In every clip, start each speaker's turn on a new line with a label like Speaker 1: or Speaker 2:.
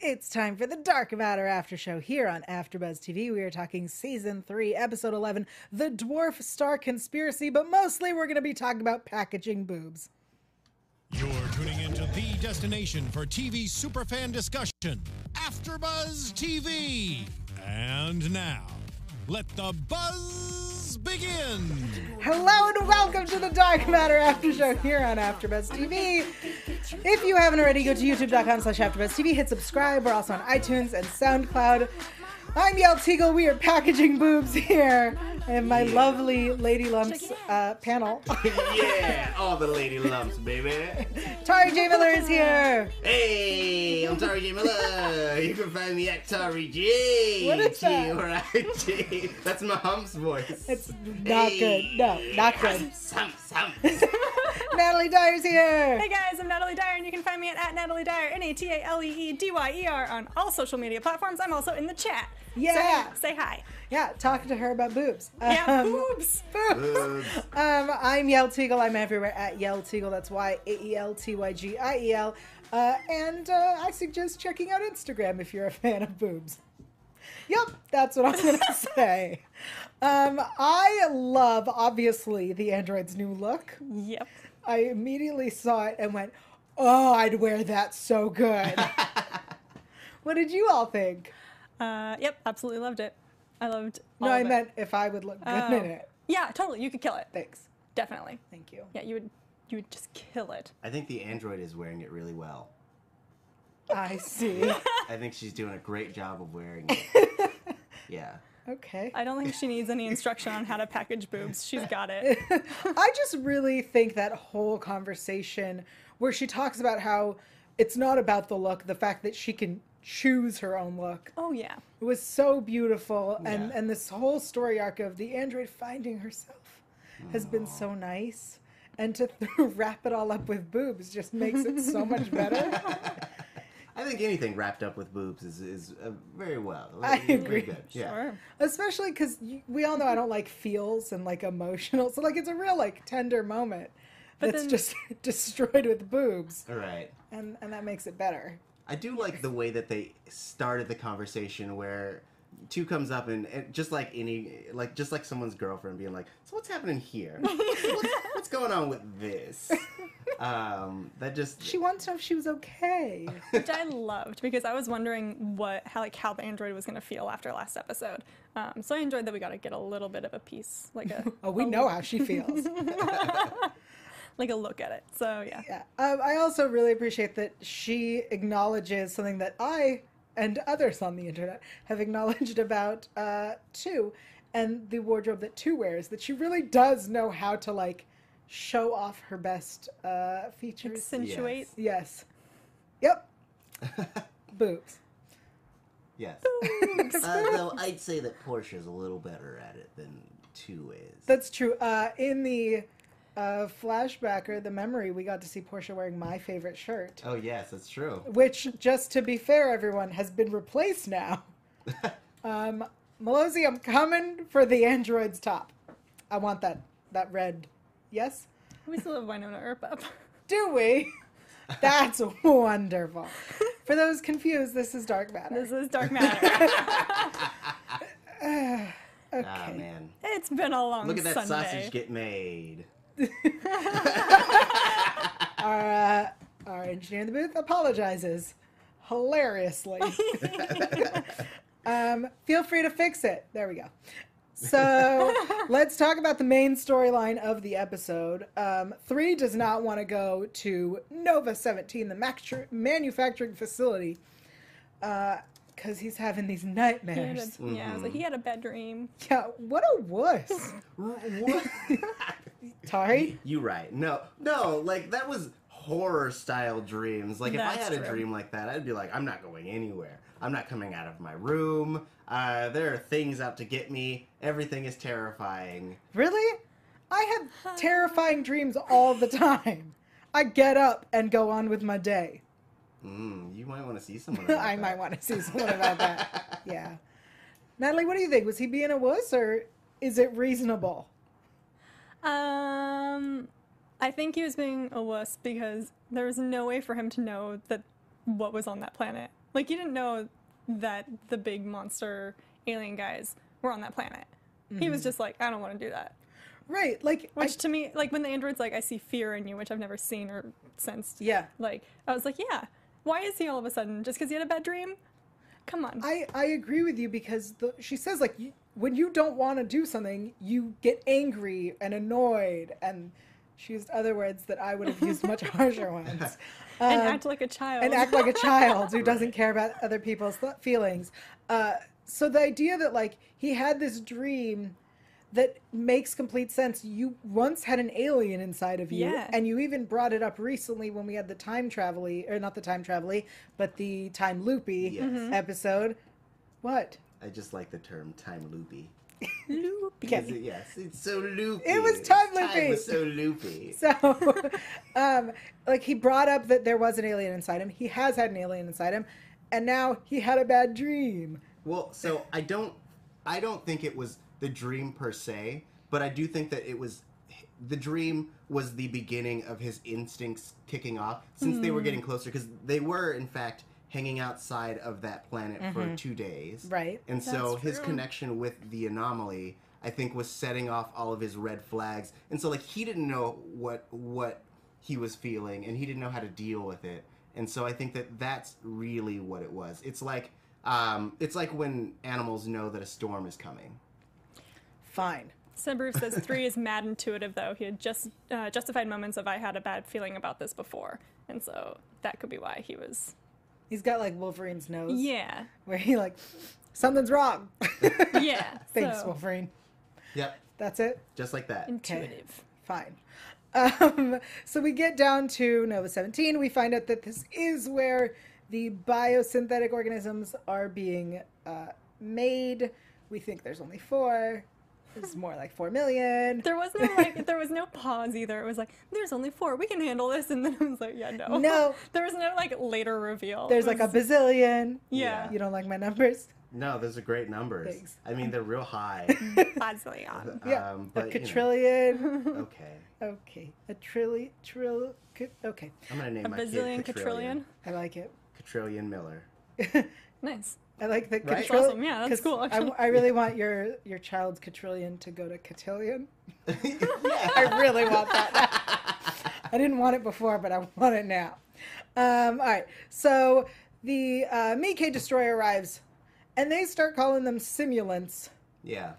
Speaker 1: It's time for the Dark Matter After Show here on AfterBuzz TV. We are talking season three, episode eleven, "The Dwarf Star Conspiracy," but mostly we're going to be talking about packaging boobs.
Speaker 2: You're tuning into the destination for TV superfan discussion, AfterBuzz TV. And now, let the buzz begin.
Speaker 1: Hello and welcome to the Dark Matter After Show here on AfterBuzz TV. If you haven't already, go to youtube.com slash AfterBuzzTV, hit subscribe. We're also on iTunes and SoundCloud. I'm Yael Teagle. We are packaging boobs here. And my lovely Lady Lumps uh, panel.
Speaker 3: yeah, all the lady lumps, baby.
Speaker 1: Tari J. Miller is here.
Speaker 3: Hey, I'm Tari J Miller. You can find me at Tari J.
Speaker 1: What is that?
Speaker 3: G or I J. That's my humps voice.
Speaker 1: It's not good. No, not good.
Speaker 3: Humps, humps, humps.
Speaker 1: Natalie Dyer's here.
Speaker 4: Hey guys, I'm Natalie Dyer, and you can find me at, at Natalie Dyer, N A T A L E E D Y E R, on all social media platforms. I'm also in the chat.
Speaker 1: Yeah.
Speaker 4: So, say hi.
Speaker 1: Yeah, talking to her about boobs.
Speaker 4: Yeah,
Speaker 1: Um,
Speaker 4: boobs.
Speaker 3: Boobs.
Speaker 1: Um, I'm Yel Teagle. I'm everywhere at Yel Teagle. That's Y A E L T Y G I E L. Uh, and uh, I suggest checking out Instagram if you're a fan of boobs. Yep, that's what I'm gonna say. Um, I love obviously the Android's new look.
Speaker 4: Yep.
Speaker 1: I immediately saw it and went, "Oh, I'd wear that so good." what did you all think?
Speaker 4: Uh, yep. Absolutely loved it. I loved.
Speaker 1: No,
Speaker 4: all
Speaker 1: I
Speaker 4: of it.
Speaker 1: meant if I would look good
Speaker 4: Oh.
Speaker 1: in it.
Speaker 4: Yeah, totally. You could kill it.
Speaker 1: Thanks.
Speaker 4: Definitely.
Speaker 1: Thank you.
Speaker 4: Yeah, you would. You would just kill it.
Speaker 3: I think the android is wearing it really well.
Speaker 1: I see.
Speaker 3: I think she's doing a great job of wearing it. Yeah.
Speaker 1: Okay.
Speaker 4: I don't think she needs any instruction on how to package boobs. She's got it.
Speaker 1: I just really think that whole conversation where she talks about how it's not about the look, the fact that she can choose her own look.
Speaker 4: Oh yeah.
Speaker 1: It was so beautiful and
Speaker 3: Yeah.
Speaker 1: and this whole story arc of the android finding herself has been so nice. And to wrap it all up with boobs just makes it so much better.
Speaker 3: I think anything wrapped up with boobs is, is uh, very well.
Speaker 1: I
Speaker 3: Very
Speaker 1: agree.
Speaker 3: Good. Yeah.
Speaker 4: Sure.
Speaker 1: Especially because we all know I don't like feels and like emotional. So, like, it's a real, like, tender moment
Speaker 4: But
Speaker 1: that's
Speaker 4: then-
Speaker 1: just destroyed with boobs.
Speaker 3: All right.
Speaker 1: And, and that makes it better.
Speaker 3: I do like the way that they started the conversation where two comes up and, and just like any like just like someone's girlfriend being like, "So what's happening here? what's, what's going on with this?" Um, that just
Speaker 1: She wanted to know if she was okay.
Speaker 4: which I loved because I was wondering what how like how the android was gonna feel after last episode. Um, so I enjoyed that we got to get a little bit of a piece, like a
Speaker 1: Oh, we know how she feels.
Speaker 4: like a look at it. So yeah,
Speaker 1: Yeah. Um, I also really appreciate that she acknowledges something that I and others on the internet have acknowledged about uh, two and the wardrobe that two wears. That she really does know how to like show off her best uh, features.
Speaker 4: accentuate.
Speaker 1: yes. Yep. Boobs.
Speaker 3: yes. Uh, though I'd say that Portia's a little better at it than two is.
Speaker 1: That's true. Uh, in the uh, flashback or the memory, we got to see Portia wearing my favorite shirt.
Speaker 3: oh yes, that's true.
Speaker 1: which, just to be fair, everyone has been replaced now. um, Melosi, I'm coming for the android's top. I want that that red. Yes,
Speaker 4: We still have Winona Earp up.
Speaker 1: do we? That's wonderful. For those confused, this is dark matter.
Speaker 4: This is Dark Matter.
Speaker 1: okay.
Speaker 3: Ah man,
Speaker 4: it's been a long
Speaker 3: look at that
Speaker 4: Sunday.
Speaker 3: sausage get made.
Speaker 1: Our uh, our engineer in the booth apologizes hilariously. um, feel free to fix it. There we go. So let's talk about the main storyline of the episode. Um, three does not want to go to Nova 17, the mactru- manufacturing facility, because he's having these
Speaker 4: He had a-
Speaker 1: nightmares.
Speaker 4: Yeah, I was like,
Speaker 3: Mm-hmm.
Speaker 4: he had a bad dream.
Speaker 1: Yeah, what a wuss.
Speaker 3: What?
Speaker 1: Tari?
Speaker 3: You right. No, no, like that was horror style dreams. Like if I
Speaker 4: That's
Speaker 3: had a
Speaker 4: true.
Speaker 3: dream like that, I'd be like, I'm not going anywhere. I'm not coming out of my room. Uh, there are things out to get me. Everything is terrifying.
Speaker 1: Really? I have terrifying dreams all the time. I get up and go on with my day.
Speaker 3: Mm, you might want to see someone. about
Speaker 1: I might
Speaker 3: that.
Speaker 1: want to see someone about that. Yeah. Natalie, what do you think? Was he being a wuss or is it reasonable?
Speaker 4: Um, I think he was being a wuss because there was no way for him to know that what was on that planet. Like you didn't know that the big monster alien guys were on that planet. He was just like, I don't want to do that.
Speaker 1: Right. Like, Mm-hmm. I-
Speaker 4: Which to me, like when the android's like, I see fear in you, which I've never seen or sensed.
Speaker 1: yeah.
Speaker 4: Like I was like, yeah. Why is he all of a sudden just because he had a bad dream? Come on.
Speaker 1: I, I agree with you because the, she says like you, when you don't want to do something you get angry and annoyed and she used other words that I would have used much harsher ones
Speaker 4: and
Speaker 1: Um,
Speaker 4: act like a child.
Speaker 1: and act like a child who doesn't care about other people's th- feelings. Uh, so the idea that like he had this dream that makes complete sense. You once had an alien inside of you,
Speaker 4: Yeah.
Speaker 1: and you even brought it up recently when we had the time travel or not the time travel but the time loopy
Speaker 3: Yes. Mhm.
Speaker 1: episode. What?
Speaker 3: I just like the term time loopy.
Speaker 4: Loopy.
Speaker 1: Okay.
Speaker 3: Is it- yes, it's so loopy.
Speaker 1: It was
Speaker 3: It's-
Speaker 1: time loopy.
Speaker 3: Time was so loopy.
Speaker 1: So, um, like he brought up that there was an alien inside him. He has had an alien inside him, and now he had a bad dream.
Speaker 3: Well, so I don't, I don't think it was the dream per se, but I do think that it was, the dream was the beginning of his instincts kicking off since they were getting closer because they were in fact hanging outside of that planet for two days,
Speaker 1: Right.
Speaker 3: And so
Speaker 4: That's
Speaker 3: his
Speaker 4: true.
Speaker 3: connection with the anomaly, I think, was setting off all of his red flags, and so like he didn't know what what he was feeling, and he didn't know how to deal with it, and so I think that that's really what it was. It's like um, it's like when animals know that a storm is coming.
Speaker 1: Fine.
Speaker 4: Sunroof says three is mad intuitive though. He had just uh, justified moments of I had a bad feeling about this before, and so that could be why he was.
Speaker 1: He's got like Wolverine's nose.
Speaker 4: Yeah,
Speaker 1: where he like something's wrong.
Speaker 4: yeah.
Speaker 1: Thanks,
Speaker 4: so,
Speaker 1: Wolverine.
Speaker 3: Yep,
Speaker 1: That's it.
Speaker 3: just like that.
Speaker 4: intuitive.
Speaker 1: Fine. Um, so we get down to Nova 17. We find out that this is where the biosynthetic organisms are being uh, made. We think there's only four. There's more like four million.
Speaker 4: There was no like, there was no pause either. It was like, there's only four. We can handle this, and then I was like, yeah, no,
Speaker 1: No.
Speaker 4: There was no like later reveal.
Speaker 1: There's
Speaker 4: It
Speaker 1: like a
Speaker 4: was-
Speaker 1: bazillion.
Speaker 4: yeah,
Speaker 1: You don't like my numbers?
Speaker 3: No, those are great numbers.
Speaker 1: Thanks.
Speaker 3: I mean, they're real high.
Speaker 4: bazillion.
Speaker 1: Yeah.
Speaker 3: um,
Speaker 1: a
Speaker 3: but, you know,
Speaker 1: quadrillion.
Speaker 3: okay,
Speaker 1: okay. A trillion. Trill. ca- Okay.
Speaker 3: I'm gonna name
Speaker 4: A
Speaker 3: my kid Catrillion.
Speaker 4: bazillion quadrillion.
Speaker 1: I like it.
Speaker 3: Catrillion Miller.
Speaker 4: Nice.
Speaker 1: I like the
Speaker 3: Right? That's
Speaker 1: Catrill-
Speaker 4: awesome. Yeah,
Speaker 1: 'cause
Speaker 4: that's cool,
Speaker 1: I,
Speaker 4: actually.
Speaker 1: I really want your your child's Catrillion to go to Cotillion.
Speaker 3: yeah.
Speaker 1: I really want that. Now. I didn't want it before, but I want it now. Um, all right, so the uh, Mikkei destroyer arrives, and they start calling them simulants,
Speaker 3: Yeah.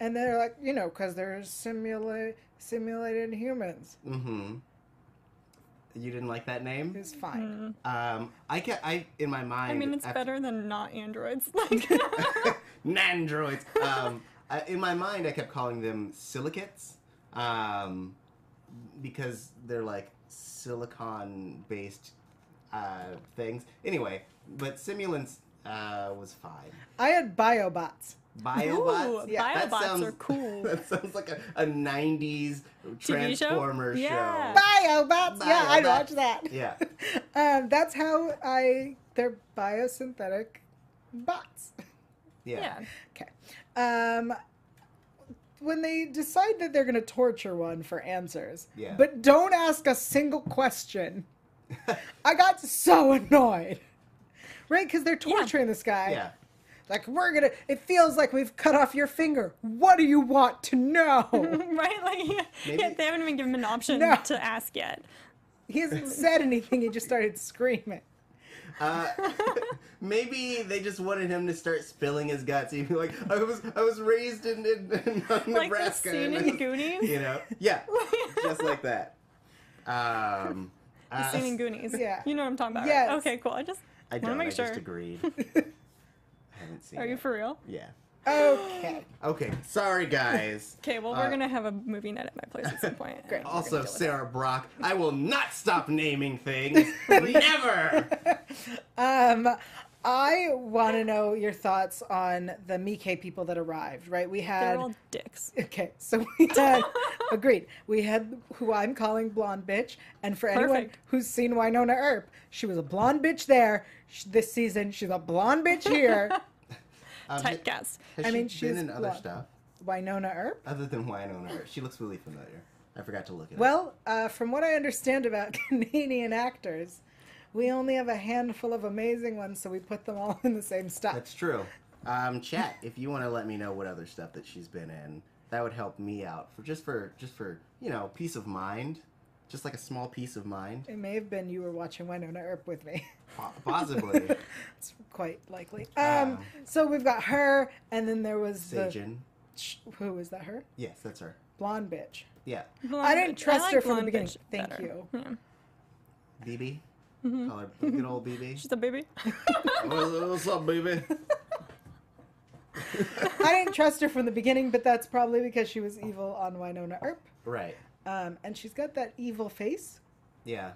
Speaker 1: and they're like, you know, because they're simula- simulated humans.
Speaker 3: Mm-hmm. You didn't like that name?
Speaker 1: It's
Speaker 4: Mm.
Speaker 1: fine.
Speaker 3: Um, I can I in my mind.
Speaker 4: I mean, it's
Speaker 3: after-
Speaker 4: better than not androids. Like,
Speaker 3: Nandroids. Um, I, in my mind, I kept calling them silicates, um, because they're like silicon-based uh, things. Anyway, but simulants uh, was fine.
Speaker 1: I had biobots.
Speaker 3: Biobots.
Speaker 4: Ooh,
Speaker 1: Yeah,
Speaker 3: that
Speaker 4: biobots
Speaker 3: sounds-
Speaker 4: are cool.
Speaker 3: That sounds like a, a '90s
Speaker 4: TV show?
Speaker 3: Transformer show.
Speaker 4: Yeah.
Speaker 1: Biobots. Yeah, I'd
Speaker 3: Biobots.
Speaker 1: watch that.
Speaker 3: Yeah.
Speaker 1: Um, that's how I. They're biosynthetic bots.
Speaker 4: yeah.
Speaker 1: Okay. Um, when they decide that they're going to torture one for answers,
Speaker 3: Yeah.
Speaker 1: but don't ask a single question, I got so annoyed. Right? Because they're torturing this guy.
Speaker 3: Yeah.
Speaker 1: Like, we're going to, it feels like we've cut off your finger. What do you want to know?
Speaker 4: Right? Like, yeah,
Speaker 3: Maybe-
Speaker 4: they haven't even given him an option
Speaker 1: No.
Speaker 4: to ask yet.
Speaker 1: he hasn't said anything, he just started screaming.
Speaker 3: Uh, maybe they just wanted him to start spilling his guts. He'd be like, "I was, I was raised in, in, in
Speaker 4: Like the
Speaker 3: Nebraska."
Speaker 4: scene
Speaker 3: and I
Speaker 4: in
Speaker 3: was-
Speaker 4: Goonies.
Speaker 3: You know, yeah, just like that. Um,
Speaker 4: The
Speaker 3: uh,
Speaker 4: scene in Goonies.
Speaker 1: Yeah.
Speaker 4: You know what I'm talking about.
Speaker 1: Yes.
Speaker 4: Right? Okay, cool. I just
Speaker 3: I
Speaker 4: want to
Speaker 3: don't. I
Speaker 4: make sure.
Speaker 3: just agreed. I haven't seen.
Speaker 4: Are you
Speaker 3: it.
Speaker 4: for real?
Speaker 3: Yeah.
Speaker 1: Okay.
Speaker 3: Okay. Sorry, guys.
Speaker 4: Okay, well,
Speaker 3: Uh,
Speaker 4: we're going to have a movie night at my place at some point. Great.
Speaker 3: Also, Sarah Brock. I will not stop naming things. Never.
Speaker 1: Um, I want to know your thoughts on the Mike people that arrived, right? We had.
Speaker 4: They're all dicks.
Speaker 1: Okay, so we had agreed. We had who I'm calling blonde bitch, and for anyone
Speaker 4: Perfect.
Speaker 1: who's seen Winona Earp, she was a blonde bitch there sh- this season. She's a blonde bitch here.
Speaker 3: Um,
Speaker 4: Typecast.
Speaker 3: Has
Speaker 1: I
Speaker 3: she
Speaker 1: mean, she's
Speaker 3: been in other
Speaker 1: blonde.
Speaker 3: stuff
Speaker 1: Winona Earp.
Speaker 3: other than wine on her? She looks really familiar. I forgot to look it up.
Speaker 1: Well, uh, from what I understand about Canadian actors, We only have a handful of amazing ones, so we put them all in the same stock.
Speaker 3: That's true. Um, chat, if you want to let me know what other stuff that she's been in, that would help me out for just for just for you know peace of mind, just like a small peace of mind,
Speaker 1: It may have been you were watching Winona Earp with me.
Speaker 3: Po- possibly.
Speaker 1: it's quite likely. Um,
Speaker 3: Ah.
Speaker 1: so we've got her, and then there was the
Speaker 3: Sajin.
Speaker 1: Sh- who was that? Her
Speaker 3: Yes, that's her.
Speaker 1: blonde bitch.
Speaker 3: Yeah,
Speaker 1: I didn't trust her from the
Speaker 4: blonde
Speaker 1: beginning.
Speaker 4: bitch
Speaker 1: Thank
Speaker 4: better.
Speaker 1: you.
Speaker 4: Yeah.
Speaker 3: BB. Call her good old BB.
Speaker 4: She's a baby.
Speaker 3: Mm-hmm. What's- What's up, baby?
Speaker 1: I didn't trust her from the beginning, but that's probably because she was evil on Winona Earp,
Speaker 3: Right.
Speaker 1: um, and she's got that evil face.
Speaker 3: Yeah.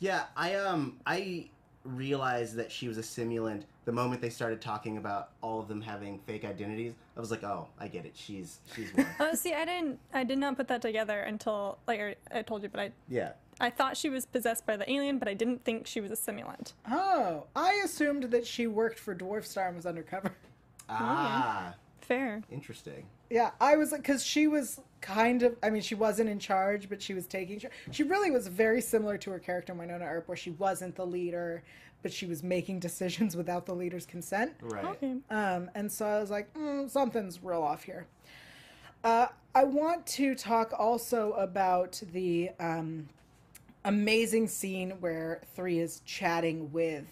Speaker 3: Yeah, I um I realized that she was a simulant the moment they started talking about all of them having fake identities. I was like, "Oh, I get it. She's she's one."
Speaker 4: Oh, see, I didn't. I did not put that together until like I- I told you, but I
Speaker 3: yeah.
Speaker 4: I thought she was possessed by the alien, but I didn't think she was a simulant.
Speaker 1: Oh, I assumed that she worked for Dwarf Star and was undercover. Oh,
Speaker 3: Ah,
Speaker 4: Fair.
Speaker 3: interesting.
Speaker 1: Yeah, I was like, because she was kind of, I mean, she wasn't in charge, but she was taking charge. She really was very similar to her character in Winona Earp, where she wasn't the leader, but she was making decisions without the leader's consent.
Speaker 3: Right.
Speaker 4: Okay.
Speaker 1: Um, and so I was like, mm, something's real off here. Uh, I want to talk also about the um, amazing scene where Three is chatting with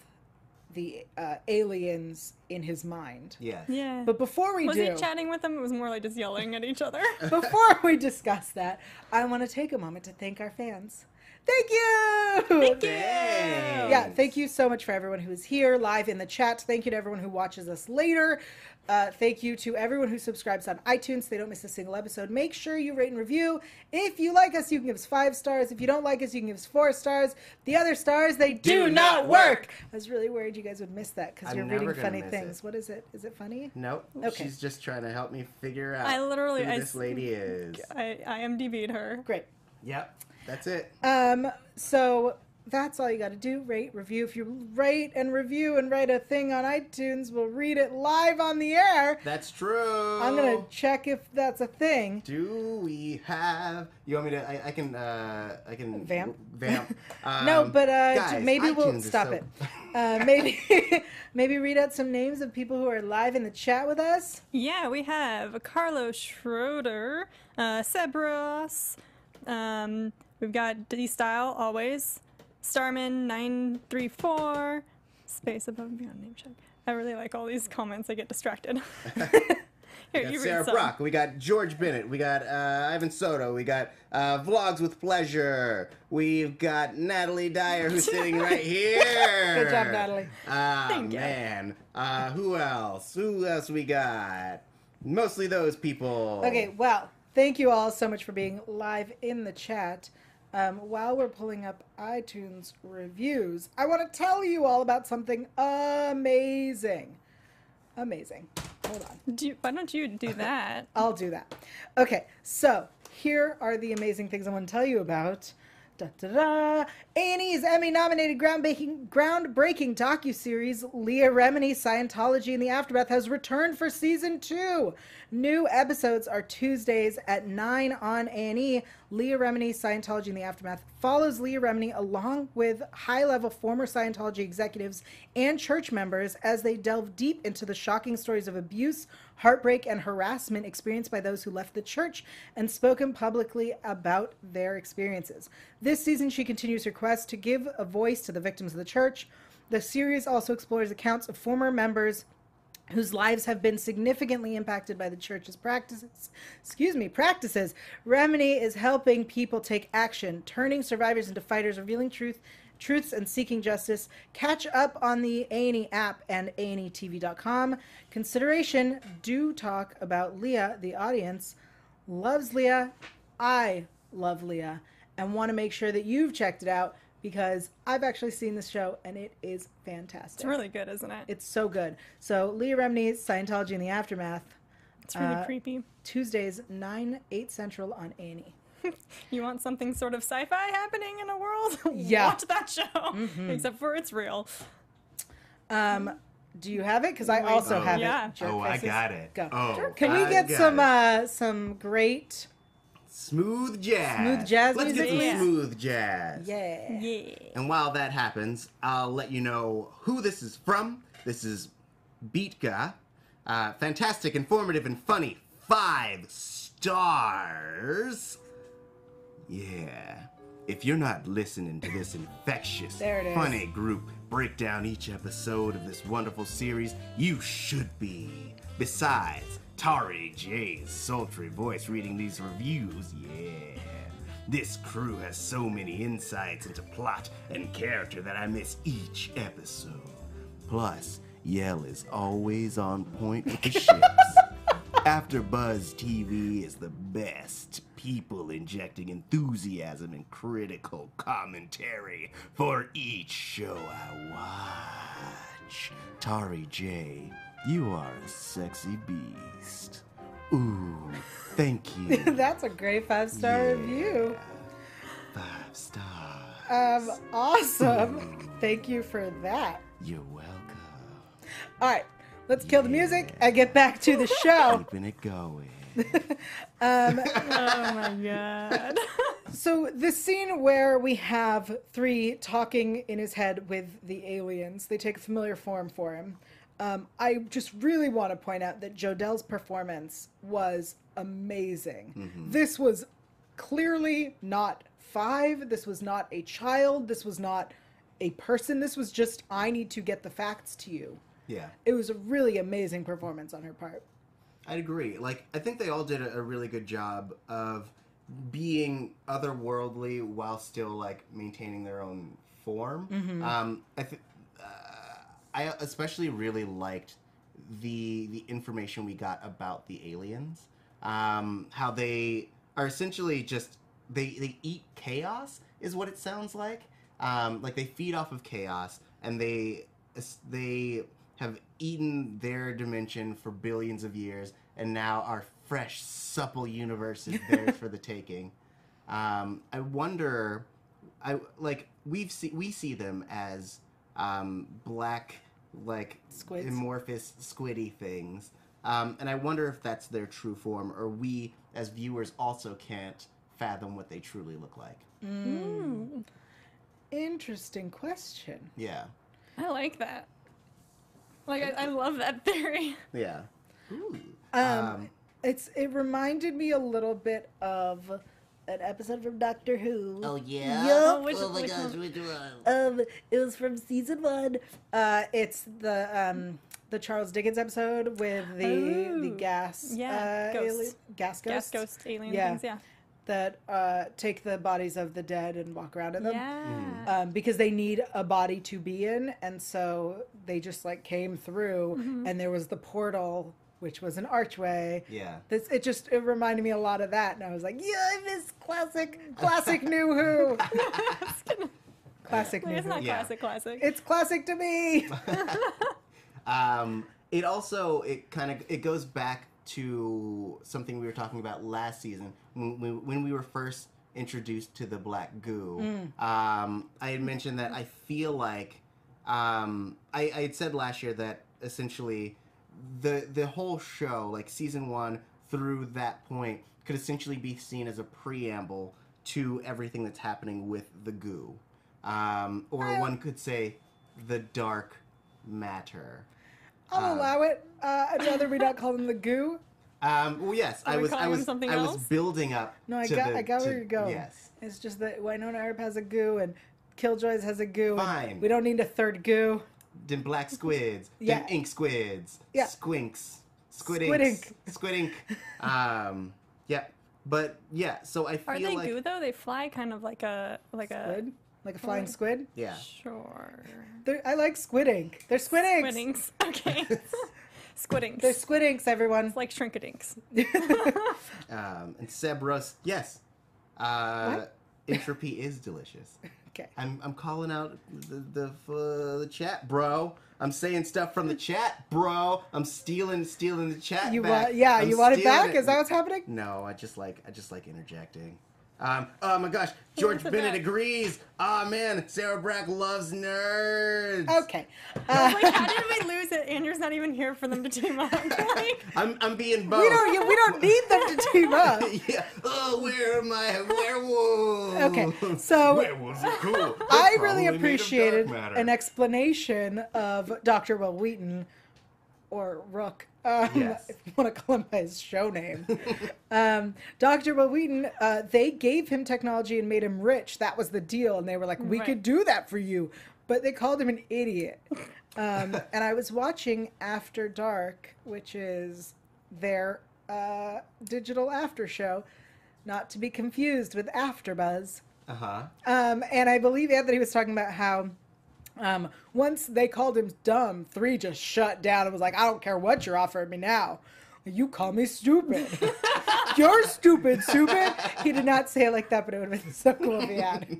Speaker 1: the uh, aliens in his mind.
Speaker 3: Yeah.
Speaker 4: Yeah.
Speaker 1: But before we
Speaker 4: was
Speaker 1: do,
Speaker 4: he chatting with them? It was more like just yelling at each other.
Speaker 1: before we discuss that, I want to take a moment to thank our fans. Thank you! Thank
Speaker 3: Dang.
Speaker 1: Yeah, thank you so much for everyone who is here live in the chat. Thank you to everyone who watches us later. Uh, thank you to everyone who subscribes on iTunes. so They don't miss a single episode. Make sure you rate and review. If you like us, you can give us five stars. If you don't like us, you can give us four stars. The other stars, they do, not work. I was really worried you guys would miss that because
Speaker 3: I'm
Speaker 1: you're
Speaker 3: never
Speaker 1: reading
Speaker 3: gonna
Speaker 1: funny
Speaker 3: miss
Speaker 1: things.
Speaker 3: it.
Speaker 1: What is it? Is it funny?
Speaker 3: Nope.
Speaker 1: Okay.
Speaker 3: She's just trying to help me figure out
Speaker 4: I literally-
Speaker 3: who
Speaker 4: I
Speaker 3: this
Speaker 4: s-
Speaker 3: lady is.
Speaker 4: I I MDB'd her.
Speaker 1: Great.
Speaker 3: Yep. That's it.
Speaker 1: Um, so that's all you got to do. Rate, review. If you rate and review and write a thing on iTunes, we'll read it live on the air.
Speaker 3: That's true.
Speaker 1: I'm gonna check if that's a thing.
Speaker 3: Do we have? You want me to? I, I can. Uh, I can.
Speaker 1: Vamp?
Speaker 3: Vamp. Um,
Speaker 1: no, but uh, j-
Speaker 3: guys,
Speaker 1: maybe
Speaker 3: iTunes
Speaker 1: we'll
Speaker 3: is
Speaker 1: stop
Speaker 3: so-
Speaker 1: it. Uh, maybe maybe read out some names of people who are live in the chat with us.
Speaker 4: Yeah, we have Carlo Schroeder, uh, Sebros. Um, we've got D Style always, Starman nine three four, space above and beyond name check. I really like all these comments. I get distracted.
Speaker 3: We
Speaker 4: Here, you
Speaker 3: got
Speaker 4: read
Speaker 3: Sarah
Speaker 4: some.
Speaker 3: Brock. We got George Bennett. We got uh, Ivan Soto. We got uh, Vlogs with Pleasure. We've got Natalie Dyer, who's sitting right here.
Speaker 1: Good job, Natalie.
Speaker 3: Ah,
Speaker 4: Thank you.
Speaker 3: man. Uh, who else? Who else we got? Mostly those people.
Speaker 1: Okay, well, thank you all so much for being live in the chat. Um, while we're pulling up iTunes reviews, I want to tell you all about something amazing. Amazing. Hold on.
Speaker 4: Do you- why don't you do that?
Speaker 1: I'll do that. Okay, so here are the amazing things I want to tell you about. Da, da, da. A&E's Emmy-nominated groundbreaking, groundbreaking docu-series Leah Remini, Scientology and the Aftermath has returned for season two. New episodes are Tuesdays at 9 on A&E. Leah Remini, Scientology and the Aftermath follows Leah Remini along with high-level former Scientology executives and church members as they delve deep into the shocking stories of abuse, heartbreak and harassment experienced by those who left the church and spoken publicly about their experiences. This season, she continues her quest to give a voice to the victims of the church. The series also explores accounts of former members whose lives have been significantly impacted by the church's practices. Excuse me, practices. Remini is helping people take action, turning survivors into fighters, revealing truth, truths, and seeking justice. Catch up on the A&E app and E A&ETV.com. Consideration: Do talk about Leah. The audience loves Leah. I love Leah, and want to make sure that you've checked it out because I've actually seen this show and it is fantastic.
Speaker 4: It's really good, isn't it?
Speaker 1: It's so good. So Leah Remney's Scientology and the Aftermath,
Speaker 4: It's really
Speaker 1: uh,
Speaker 4: creepy.
Speaker 1: Tuesdays nine eight central on A and E.
Speaker 4: You want something sort of sci-fi happening in a world?
Speaker 1: Yeah.
Speaker 4: Watch that show. Except for it's real.
Speaker 1: Um, do you have it? Because I also
Speaker 3: Oh.
Speaker 1: have
Speaker 4: Yeah.
Speaker 1: it. Jerk faces. Go.
Speaker 3: Oh,
Speaker 1: Can we
Speaker 3: I
Speaker 1: get
Speaker 3: got
Speaker 1: some
Speaker 3: it.
Speaker 1: uh, some great
Speaker 3: smooth jazz.
Speaker 1: Smooth jazz
Speaker 3: Let's
Speaker 1: music,
Speaker 3: get some
Speaker 4: please.
Speaker 3: smooth jazz.
Speaker 1: Yeah.
Speaker 4: Yeah.
Speaker 3: And while that happens, I'll let you know who this is from. This is Beatka. Uh, fantastic, informative, and funny. Five stars. Yeah. If you're not listening to this infectious,
Speaker 1: There it is.
Speaker 3: funny group break down each episode of this wonderful series, you should be. Besides, Tari J's sultry voice reading these reviews, yeah. This crew has so many insights into plot and character that I miss each episode. Plus, Yell is always on point with the ships. After Buzz TV is the best. People injecting enthusiasm and critical commentary for each show I watch. Tari J, you are a sexy beast. Ooh, thank you.
Speaker 1: That's a great five star
Speaker 3: Yeah.
Speaker 1: review.
Speaker 3: Five stars.
Speaker 1: Um, awesome.
Speaker 3: Mm-hmm.
Speaker 1: Thank you for that.
Speaker 3: You're welcome.
Speaker 1: All right, let's kill the music and get back to the show.
Speaker 3: Keeping it going.
Speaker 4: Oh my god.
Speaker 1: So the scene where we have three talking in his head with the aliens, they take a familiar form for him. Um, I just really want to point out that Jodell's performance was amazing. This was clearly not five. This was not a child. This was not a person. This was just I need to get the facts to you.
Speaker 3: Yeah.
Speaker 1: It was a really amazing performance on her part.
Speaker 3: I'd agree. Like, I think they all did a, a really good job of being otherworldly while still like maintaining their own form. Um, I th- uh, I especially really liked the the information we got about the aliens. Um, how they are essentially just they they eat chaos is what it sounds like. Um, like they feed off of chaos and they they have eaten their dimension for billions of years and now our fresh supple universe is theirs for the taking um, i wonder i like we've see, we see them as um, black like
Speaker 1: Squids.
Speaker 3: amorphous squiddy things um, and i wonder if that's their true form or we as viewers also can't fathom what they truly look like
Speaker 4: Ooh,
Speaker 1: Interesting question.
Speaker 3: yeah
Speaker 4: I like that. Like I, I love that theory.
Speaker 3: yeah Ooh. um,
Speaker 1: It's it reminded me a little bit of an episode from Doctor Who.
Speaker 3: oh yeah
Speaker 4: Oh, which-
Speaker 3: oh my
Speaker 4: which
Speaker 3: gosh
Speaker 4: one-
Speaker 3: we do it.
Speaker 1: Um, it was from season one. Uh, it's the um the Charles Dickens episode with the the
Speaker 4: Oh,
Speaker 1: gas
Speaker 4: yeah,
Speaker 1: uh,
Speaker 4: ghosts.
Speaker 1: ali- gas
Speaker 4: Gas
Speaker 1: ghosts
Speaker 4: ghost alien
Speaker 1: Yeah.
Speaker 4: things, yeah.
Speaker 1: that uh take the bodies of the dead and walk around in them.
Speaker 4: Yeah.
Speaker 1: Um, because they need a body to be in, and so they just like came through, and there was the portal, which was an archway,
Speaker 3: yeah
Speaker 1: This it just it reminded me a lot of that, and I was like, yeah, I miss classic, classic New Who, classic
Speaker 4: Like,
Speaker 1: New
Speaker 4: it's
Speaker 1: Who.
Speaker 4: not
Speaker 3: Yeah.
Speaker 4: classic classic.
Speaker 1: It's classic to me.
Speaker 3: Um, it also it kind of it goes back to something we were talking about last season when we, when we were first introduced to the black goo. Um, I had mentioned that I feel like um, I, I had said last year that essentially the the whole show, like season one through that point, could essentially be seen as a preamble to everything that's happening with the goo, um, or one could say the dark matter.
Speaker 1: I'll allow it. Uh, I'd rather we not call them the goo.
Speaker 3: Um, well, yes, I
Speaker 4: we
Speaker 3: was.
Speaker 4: calling
Speaker 3: I
Speaker 4: him
Speaker 3: was.
Speaker 4: something
Speaker 3: I was
Speaker 4: else?
Speaker 3: building up.
Speaker 1: No, I
Speaker 3: to
Speaker 1: got,
Speaker 3: the-
Speaker 1: I got
Speaker 3: to-
Speaker 1: where you're going.
Speaker 3: Yes.
Speaker 1: It's just that Winona Earp has a goo, and Killjoys has a goo. and
Speaker 3: Fine.
Speaker 1: we don't need a third goo.
Speaker 3: Then black squids.
Speaker 1: Yeah.
Speaker 3: Then ink squids.
Speaker 1: Yeah.
Speaker 3: Squinks. Squid,
Speaker 1: Squid
Speaker 3: inks. Squid ink. um. Yep. But yeah. So I feel
Speaker 4: Are they
Speaker 3: like.
Speaker 4: goo though? They fly kind of like a like
Speaker 1: Squid, like a flying squid.
Speaker 3: Yeah.
Speaker 4: a sure.
Speaker 1: They're, I like squid ink. They're squid inks.
Speaker 4: Squiddings. Okay. Squiddings.
Speaker 1: They're squid inks, everyone.
Speaker 4: like shrinkadinks.
Speaker 3: Um. And Sebros. Yes. Uh.
Speaker 1: What?
Speaker 3: Entropy is delicious.
Speaker 1: Okay.
Speaker 3: I'm. I'm calling out the the, uh, the chat, bro. I'm saying stuff from the chat, bro. I'm stealing, stealing the chat
Speaker 1: You
Speaker 3: back.
Speaker 1: want? Yeah,
Speaker 3: I'm
Speaker 1: you want it
Speaker 3: stealing
Speaker 1: back? Is that what's happening?
Speaker 3: No, I just like I just like interjecting. Um, oh my gosh, George
Speaker 4: wants it
Speaker 3: Bennett
Speaker 4: back.
Speaker 3: agrees. Ah man, Sarah Brack loves nerds.
Speaker 1: Okay.
Speaker 4: Like, how did we lose it in Junior's not even here for them to team up. Like,
Speaker 3: I'm, I'm being both.
Speaker 1: We don't. you- We don't need them to team up.
Speaker 3: yeah. Oh, where are my werewolves?
Speaker 1: Okay, so-
Speaker 3: werewolves are cool. They're
Speaker 1: I really
Speaker 3: probably made of dark
Speaker 1: appreciated
Speaker 3: matter.
Speaker 1: an explanation of Dr. Will Wheaton, or Rook, um,
Speaker 3: Yes.
Speaker 1: if you want to call him by his show name. um, Dr. Will Wheaton, uh, they gave him technology and made him rich. That was the deal. And they were like, we
Speaker 4: Right.
Speaker 1: could do that for you. But they called him an idiot. Um, and I was watching After Dark, which is their uh, digital after show, not to be confused with AfterBuzz.
Speaker 3: Uh-huh.
Speaker 1: Um, and I believe Anthony was talking about how um, once they called him dumb, three just shut down and was like, I don't care what you're offering me now. You call me stupid. you're stupid, stupid. He did not say it like that, but it would have been so cool if he had.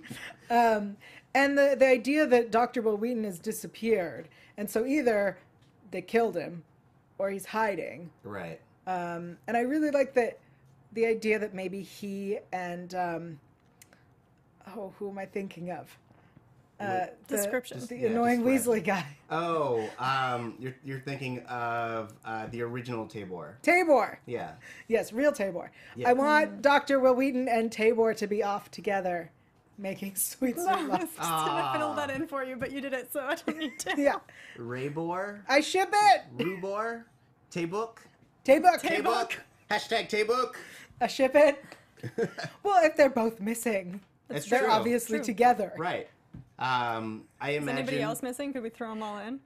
Speaker 1: Um, and the, the idea that Dr. Will Wheaton has disappeared. And so either they killed him or he's hiding.
Speaker 3: Right.
Speaker 1: Um, and I really like that the idea that maybe he and um, oh, who am I thinking of? Uh, the,
Speaker 4: Description.
Speaker 1: The
Speaker 3: Yeah,
Speaker 1: annoying
Speaker 3: description.
Speaker 1: Weasley guy,
Speaker 3: Oh, um, you're, you're thinking of uh, the original Tabor.
Speaker 1: Tabor.
Speaker 3: Yeah.
Speaker 1: Yes, real Tabor.
Speaker 3: Yeah.
Speaker 1: I want Doctor Will Wheaton and Tabor to be off together, making sweet sweet
Speaker 4: I was
Speaker 1: love.
Speaker 4: just gonna fiddle that
Speaker 3: Aw.
Speaker 4: in for you, but you did it, so I don't need to.
Speaker 1: Yeah,
Speaker 3: Raybor?
Speaker 1: I ship it.
Speaker 3: Rubor? Taybook?
Speaker 1: Tabor,
Speaker 3: Taybook? Hashtag Taybook?
Speaker 1: I ship it. well, if they're both missing,
Speaker 3: That's
Speaker 1: they're
Speaker 3: true.
Speaker 1: obviously
Speaker 4: True.
Speaker 1: together.
Speaker 3: Right. Um, I
Speaker 4: Is
Speaker 3: imagine.
Speaker 4: anybody else missing? Could we throw them all in?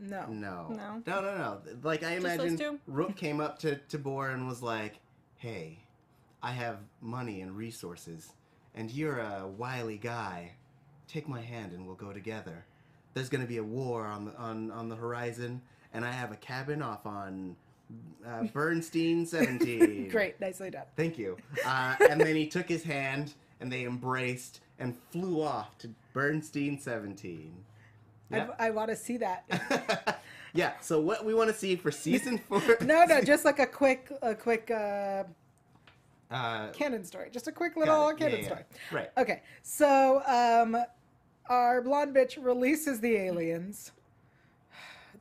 Speaker 1: No.
Speaker 3: No.
Speaker 4: No.
Speaker 3: No, no, no. Like, I
Speaker 4: those
Speaker 3: imagine
Speaker 4: two?
Speaker 3: Rook came up to, to Boar and was like, hey, I have money and resources, and you're a wily guy. Take my hand and we'll go together. There's going to be a war on the, on, on the horizon, and I have a cabin off on uh, Bernstein 17.
Speaker 1: Great, nicely done.
Speaker 3: Thank you. Uh, and then he took his hand, and they embraced and flew off to Bernstein 17. Yeah.
Speaker 1: I, I want to see that.
Speaker 3: yeah. So what we want to see for season four?
Speaker 1: No, no, just like a quick, a quick uh,
Speaker 3: Uh,
Speaker 1: canon story. Just a quick
Speaker 3: got
Speaker 1: little
Speaker 3: it. Yeah,
Speaker 1: canon
Speaker 3: yeah,
Speaker 1: story.
Speaker 3: yeah. Right.
Speaker 1: Okay, so um, our blonde bitch releases the aliens.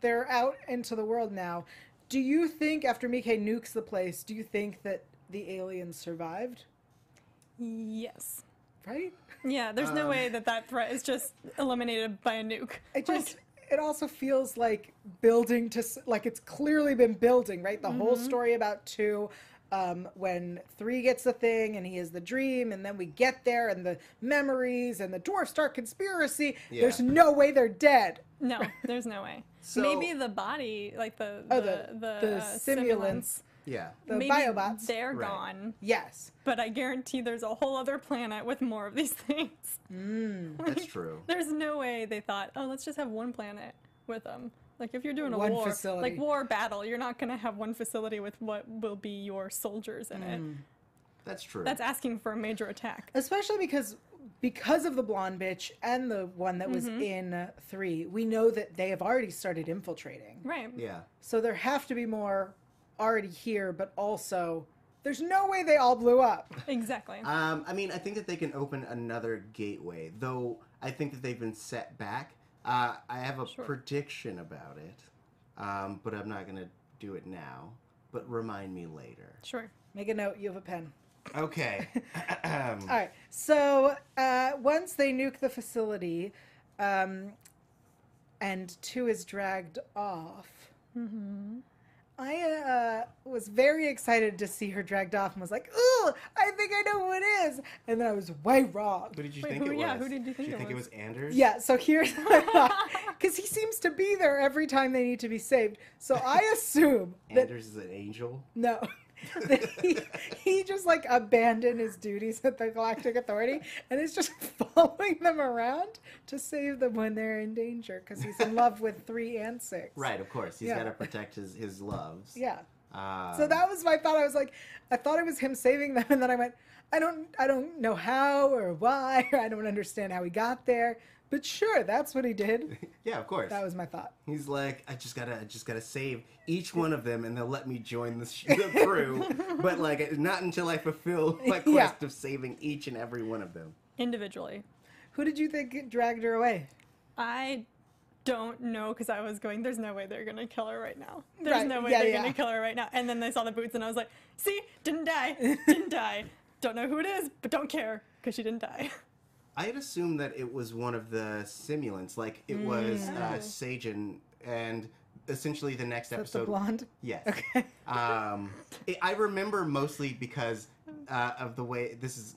Speaker 1: They're out into the world now. Do you think after Mike nukes the place, do you think that the aliens survived?
Speaker 4: Yes.
Speaker 1: Right?
Speaker 4: Yeah, there's no
Speaker 3: Um,
Speaker 4: way that that threat is just eliminated by a nuke.
Speaker 1: It just it also feels like building to s- like it's clearly been building, right? The whole story about two um, when three gets the thing and he is the dream, and then we get there and the memories and the dwarf star conspiracy. There's
Speaker 3: Yeah.
Speaker 1: no way they're dead.
Speaker 4: No, there's no way.
Speaker 3: So-
Speaker 4: Maybe the body, like the
Speaker 1: Oh,
Speaker 4: the
Speaker 1: the-
Speaker 4: the,
Speaker 1: the
Speaker 4: uh,
Speaker 1: simulants.
Speaker 3: Yeah.
Speaker 1: The
Speaker 4: maybe
Speaker 1: biobots.
Speaker 4: they're
Speaker 3: Right.
Speaker 4: gone.
Speaker 1: Yes.
Speaker 4: But I guarantee there's a whole other planet with more of these things.
Speaker 3: That's true.
Speaker 4: There's no way they thought, oh, let's just have one planet with them. Like if you're doing a
Speaker 1: One
Speaker 4: war,
Speaker 1: facility.
Speaker 4: like war battle, you're not gonna have one facility with what will be your soldiers in it.
Speaker 1: Mm.
Speaker 3: That's true.
Speaker 4: That's asking for a major attack.
Speaker 1: Especially because because of the blonde bitch and the one that was in three, we know that they have already started infiltrating.
Speaker 4: Right.
Speaker 3: yeah.
Speaker 1: So there have to be more already here, but also there's no way they all blew up.
Speaker 4: Exactly.
Speaker 1: Uh,
Speaker 3: Um, I mean, I think that they can open another gateway, though. I think that they've been set back. Uh, I have a
Speaker 4: Sure.
Speaker 3: prediction about it, um, but I'm not gonna do it now. But remind me later.
Speaker 4: sure.
Speaker 1: Make a note, you have a pen.
Speaker 3: Okay.
Speaker 1: All right. So uh, once they nuke the facility, um, and two is dragged off. I uh, was very excited to see her dragged off and was like, "Ooh, I think I know who it is," and then I was way wrong.
Speaker 3: Who did you
Speaker 4: Wait,
Speaker 3: think
Speaker 4: who-
Speaker 3: it
Speaker 4: yeah,
Speaker 3: was?
Speaker 4: who did you
Speaker 3: Did
Speaker 4: think
Speaker 3: you
Speaker 4: it
Speaker 3: think it
Speaker 4: was?
Speaker 3: was Anders?
Speaker 1: Yeah, so here's my thought. Because he seems to be there every time they need to be saved. So I assume that
Speaker 3: Anders is an angel.
Speaker 1: No. That he, he just like abandoned his duties at the Galactic Authority and is just following them around to save them when they're in danger because he's in love with three and six.
Speaker 3: Right, of course. He's
Speaker 1: Yeah.
Speaker 3: got to protect his, his loves.
Speaker 1: Yeah.
Speaker 3: Um,
Speaker 1: So that was my thought. I was like, I thought it was him saving them, and then I went, I don't, I don't know how or why. Or I don't understand how he got there, but sure, that's what he did.
Speaker 3: Yeah, of course.
Speaker 1: That was my thought.
Speaker 3: He's like, I just gotta, I just gotta save each one of them, and they'll let me join the, sh- the crew. but like, not until I fulfill my
Speaker 1: Yeah.
Speaker 3: quest of saving each and every one of them.
Speaker 4: Individually.
Speaker 1: Who did you think dragged her away?
Speaker 4: I don't know because I was going, there's no way they're going to kill her right now. There's
Speaker 1: Right,
Speaker 4: no way
Speaker 1: yeah,
Speaker 4: they're
Speaker 1: yeah.
Speaker 4: going to kill her right now. And then I saw the boots and I was like, see, didn't die. Didn't die. Don't know who it is, but don't care because she didn't die.
Speaker 3: I had assumed that it was one of the simulants, like it was uh, Sajin, and essentially the next
Speaker 1: That's Mm. the
Speaker 3: episode.
Speaker 1: blonde.
Speaker 3: Yes.
Speaker 1: Okay.
Speaker 3: Um, it, I remember mostly because uh, of the way this is.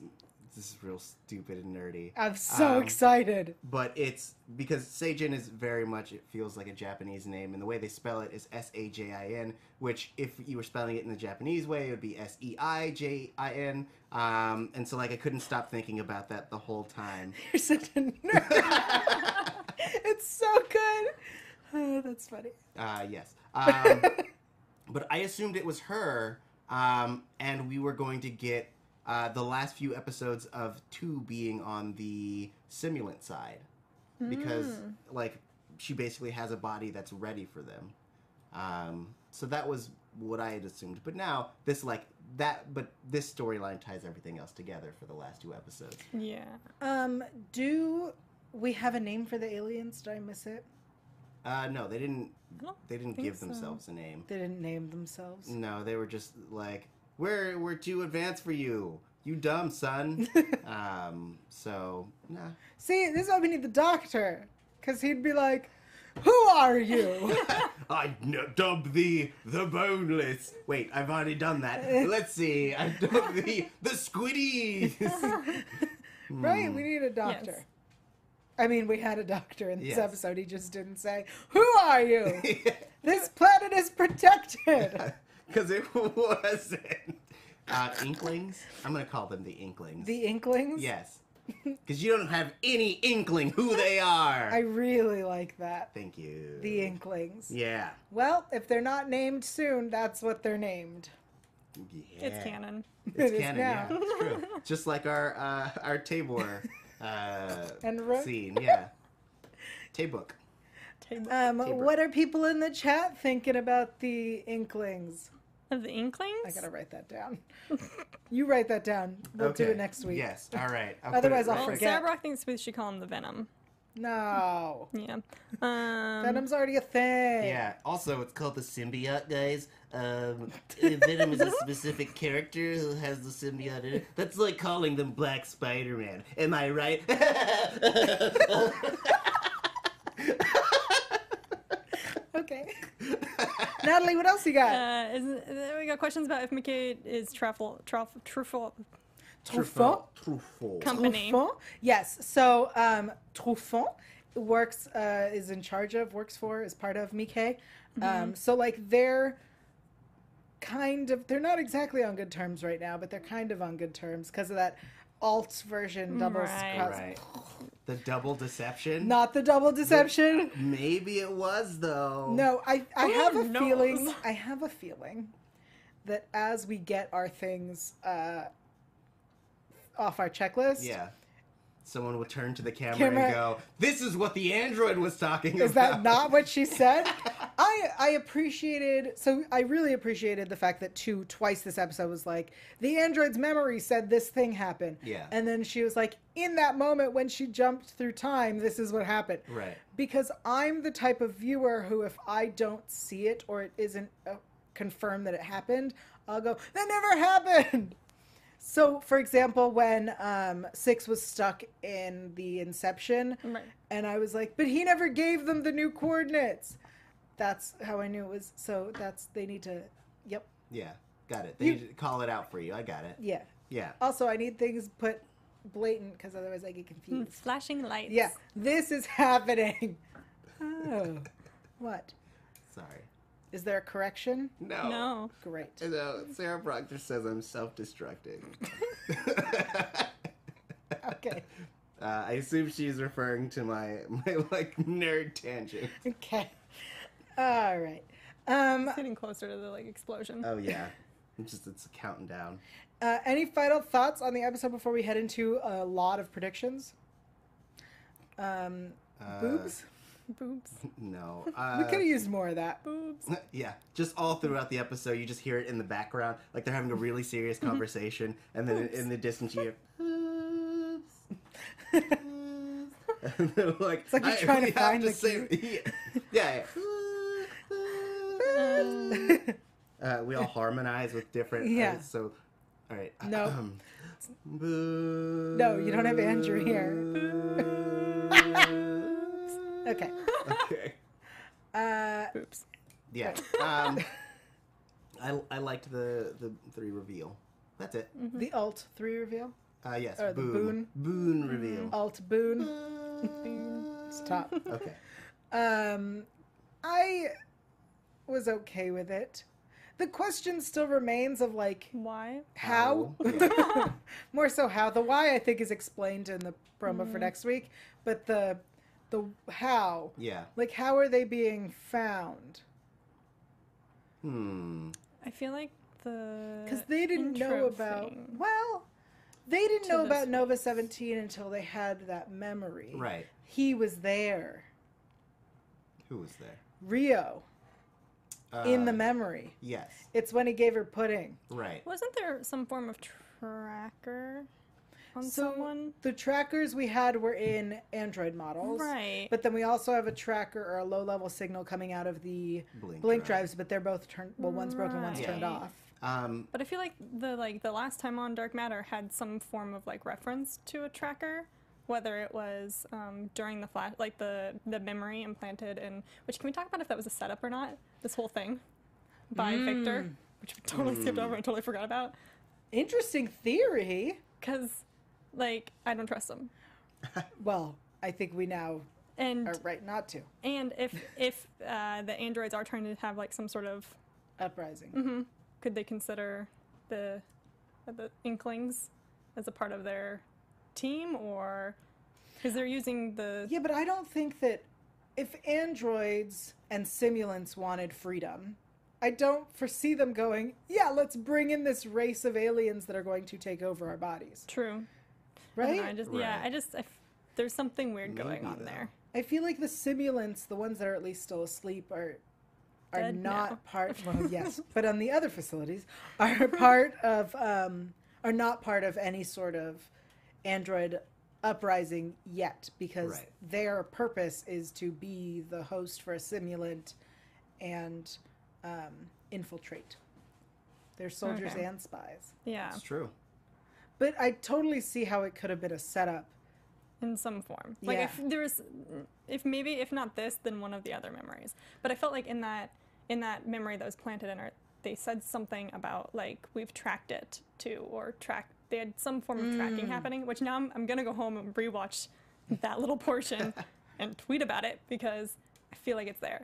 Speaker 3: This is real stupid and nerdy.
Speaker 1: I'm so
Speaker 3: Um,
Speaker 1: excited.
Speaker 3: But it's because Seijin is very much, it feels like a Japanese name, and the way they spell it is S A J I N, which if you were spelling it in the Japanese way, it would be S E I J I N. Um, and so, like, I couldn't stop thinking about that the whole time.
Speaker 1: You're such a nerd. it's so good. Oh, that's funny.
Speaker 3: Uh, yes. Um, but I assumed it was her, um, and we were going to get uh, the last few episodes of two being on the simulant side because,
Speaker 4: Hmm.
Speaker 3: like, she basically has a body that's ready for them. Um, so that was what I had assumed. But now this, like, that, but this storyline ties everything else together for the last two episodes.
Speaker 4: Yeah.
Speaker 1: Um, do we have a name for the aliens? Did I miss it?
Speaker 3: Uh, no, they didn't.
Speaker 4: I don't
Speaker 3: They didn't
Speaker 4: think
Speaker 3: give
Speaker 4: so.
Speaker 3: themselves a name.
Speaker 1: They didn't name themselves.
Speaker 3: No, they were just like, "We're we're too advanced for you, you dumb son." um, so nah.
Speaker 1: See, this is why we need the doctor, because he'd be like, "Who are you?"
Speaker 3: I n- dub thee the boneless. Wait, I've already done that. Let's see. I dub thee the squiddies.
Speaker 1: right? We need a doctor.
Speaker 4: Yes.
Speaker 1: I mean, we had a doctor in this
Speaker 3: Yes.
Speaker 1: episode. He just didn't say, "Who are you?" this planet is protected.
Speaker 3: Because it wasn't. Uh, inklings. I'm gonna call them the inklings.
Speaker 1: the Inklings.
Speaker 3: yes. Because you don't have any inkling who they are.
Speaker 1: I really like that.
Speaker 3: Thank you.
Speaker 1: The Inklings.
Speaker 3: Yeah.
Speaker 1: Well, if they're not named soon, that's what they're named.
Speaker 3: yeah.
Speaker 4: It's canon.
Speaker 3: It's
Speaker 1: It is
Speaker 3: canon,
Speaker 1: now.
Speaker 3: yeah, it's true. Just like our uh, our Tabor uh,
Speaker 1: And Ro-
Speaker 3: scene, yeah. Taybook.
Speaker 4: Table
Speaker 1: Um,
Speaker 3: Tabor.
Speaker 1: what are people in the chat thinking about the Inklings?
Speaker 4: of the Inklings.
Speaker 1: I gotta write that down. you write that down. We'll do
Speaker 3: Okay,
Speaker 1: it next week.
Speaker 3: Yes, all right. I'll put it
Speaker 1: Otherwise I'll
Speaker 4: well,
Speaker 3: right-
Speaker 1: forget.
Speaker 4: Sabrock thinks we should call him the Venom.
Speaker 1: No.
Speaker 4: Yeah. Um,
Speaker 1: Venom's already a thing.
Speaker 3: Yeah. Also, it's called the symbiote, guys. Um, Venom is a specific character who has the symbiote in it. That's like calling them Black Spider-Man. Am I right?
Speaker 1: Okay. Natalie, what else you got?
Speaker 4: Uh, is, uh, we got questions about if McKay is truffle, truffle, truffle
Speaker 1: Truffaut.
Speaker 3: Truffaut.
Speaker 4: company.
Speaker 1: Truffaut. Yes. So um, Truffaut works uh, is in charge of, works for, is part of Mike.
Speaker 4: Mm-hmm.
Speaker 1: Um, so like they're kind of they're not exactly on good terms right now, but they're kind of on good terms because of that alt version double
Speaker 4: Mm, Right.
Speaker 1: cross.
Speaker 3: Right. The double deception.
Speaker 1: Not the double deception.
Speaker 3: Maybe it was though.
Speaker 1: No, I, I have a
Speaker 4: knows?
Speaker 1: feeling. I have a feeling that as we get our things uh, off our checklist,
Speaker 3: Yeah. Someone would turn to the camera,
Speaker 1: Camera.
Speaker 3: and go, "This is what the android was talking
Speaker 1: is
Speaker 3: about."
Speaker 1: that not what she said? I I appreciated so I really appreciated the fact that two twice this episode was like the android's memory said this thing happened.
Speaker 3: Yeah.
Speaker 1: and then she was like, in that moment when she jumped through time, this is what happened.
Speaker 3: Right.
Speaker 1: because I'm the type of viewer who, if I don't see it or it isn't uh, confirmed that it happened, I'll go, that never happened. So, for example, when um, Six was stuck in the Inception,
Speaker 4: Right.
Speaker 1: and I was like, but he never gave them the new coordinates. That's how I knew it was. So, that's they need to, yep,
Speaker 3: Yeah, got it. They
Speaker 1: You-
Speaker 3: need to call it out for you. I got it.
Speaker 1: yeah.
Speaker 3: Yeah.
Speaker 1: Also, I need things put blatant because otherwise I get
Speaker 4: Mm,
Speaker 1: confused.
Speaker 4: Flashing lights.
Speaker 1: Yeah, this is happening. Oh, what?
Speaker 3: Sorry.
Speaker 1: Is there a correction?
Speaker 3: No.
Speaker 4: No.
Speaker 1: Great.
Speaker 3: No. Sarah Proctor says I'm self-destructing.
Speaker 1: Okay.
Speaker 3: uh, I assume she's referring to my my like nerd tangent.
Speaker 1: Okay. All right. Um,
Speaker 4: It's getting closer to the like explosion.
Speaker 3: Oh yeah. It's just it's counting down.
Speaker 1: uh, any final thoughts on the episode before we head into a lot of predictions? Um,
Speaker 3: Uh,
Speaker 1: boobs?
Speaker 4: boobs.
Speaker 3: No.
Speaker 1: We
Speaker 3: Uh,
Speaker 1: could have used more of that.
Speaker 4: Boobs.
Speaker 3: Yeah, just all throughout the episode, you just hear it in the background, like they're having a really serious conversation, and then in, in the distance you hear. "Oops, oops." And they're like, it's
Speaker 1: like you're trying to find the
Speaker 3: yeah. yeah. uh, we all harmonize with different.
Speaker 1: Yeah.
Speaker 3: Yeah. so, Uh, um, all right.
Speaker 1: No.
Speaker 3: Boo.
Speaker 1: No, you don't have Andrew here. Okay.
Speaker 3: okay.
Speaker 1: Uh,
Speaker 4: Oops.
Speaker 3: Yeah. Um, I, I liked the, the three reveal. That's it.
Speaker 1: the alt three reveal.
Speaker 3: Uh, yes.
Speaker 1: Mm-hmm. Or the
Speaker 3: boon. Boon reveal.
Speaker 1: Alt boon. Mm-hmm.
Speaker 3: Boon.
Speaker 1: Stop.
Speaker 3: Okay.
Speaker 1: Um, I was okay with it. The question still remains of like
Speaker 4: Why?
Speaker 1: how.
Speaker 3: Yeah.
Speaker 1: More so how the why I think is explained in the promo for next week, but the the how
Speaker 3: Yeah.
Speaker 1: like how are they being found?
Speaker 3: Hmm.
Speaker 4: I feel like the
Speaker 1: Because they didn't know
Speaker 4: intro
Speaker 1: about
Speaker 4: thing.
Speaker 1: well, they didn't know
Speaker 4: this
Speaker 1: about Nova Seventeen until they had that memory.
Speaker 3: Right.
Speaker 1: He was there,
Speaker 3: Who was there?
Speaker 1: Rio,
Speaker 3: Uh,
Speaker 1: in the memory.
Speaker 3: Yes.
Speaker 1: It's when he gave her pudding.
Speaker 3: Right.
Speaker 4: Wasn't there some form of tracker on
Speaker 1: So
Speaker 4: someone?
Speaker 1: the trackers we had were in Android models.
Speaker 4: Right.
Speaker 1: But then we also have a tracker or a low level signal coming out of the
Speaker 3: Blink
Speaker 1: blink,
Speaker 3: drive.
Speaker 1: drives, but they're both turned well one's broken, one's turned
Speaker 4: Right.
Speaker 1: off.
Speaker 3: Um.
Speaker 4: But I feel like the like the last time on Dark Matter had some form of like reference to a tracker, whether it was um, during the flash, like the the memory implanted in. Which can we talk about if that was a setup or not? This whole thing by Victor, which we totally skipped over and totally forgot about,
Speaker 1: Interesting theory.
Speaker 4: because like I don't trust them.
Speaker 1: Well, I think we now
Speaker 4: And
Speaker 1: are right not to.
Speaker 4: and if if uh, the androids are trying to have like some sort of
Speaker 1: Uprising.
Speaker 4: could they consider the the inklings as a part of their team or because they're using the
Speaker 1: Yeah, but I don't think that if androids and simulants wanted freedom, I don't foresee them going, yeah, let's bring in this race of aliens that are going to take over our bodies.
Speaker 4: true I don't
Speaker 1: Right?
Speaker 4: know, I just yeah
Speaker 3: Right.
Speaker 4: I just I f- there's something weird going
Speaker 3: Maybe,
Speaker 4: on
Speaker 3: though.
Speaker 4: there
Speaker 1: I feel like the simulants, the ones that are at least still asleep, are are
Speaker 4: Dead
Speaker 1: not
Speaker 4: now.
Speaker 1: part. Well, yes, but on the other facilities, are part of um, are not part of any sort of android uprising yet because
Speaker 3: Right.
Speaker 1: their purpose is to be the host for a simulant and um, infiltrate. They're soldiers
Speaker 4: Okay.
Speaker 1: and spies.
Speaker 4: yeah
Speaker 3: It's true.
Speaker 1: But I totally see how it could have been a setup.
Speaker 4: in some form like
Speaker 1: Yeah.
Speaker 4: if there was if maybe if not this then one of the other memories but I felt like in that in that memory that was planted in her they said something about like we've tracked it too or track they had some form of
Speaker 1: Mm.
Speaker 4: tracking happening which now I'm, I'm gonna go home and rewatch that little portion and tweet about it because I feel like it's there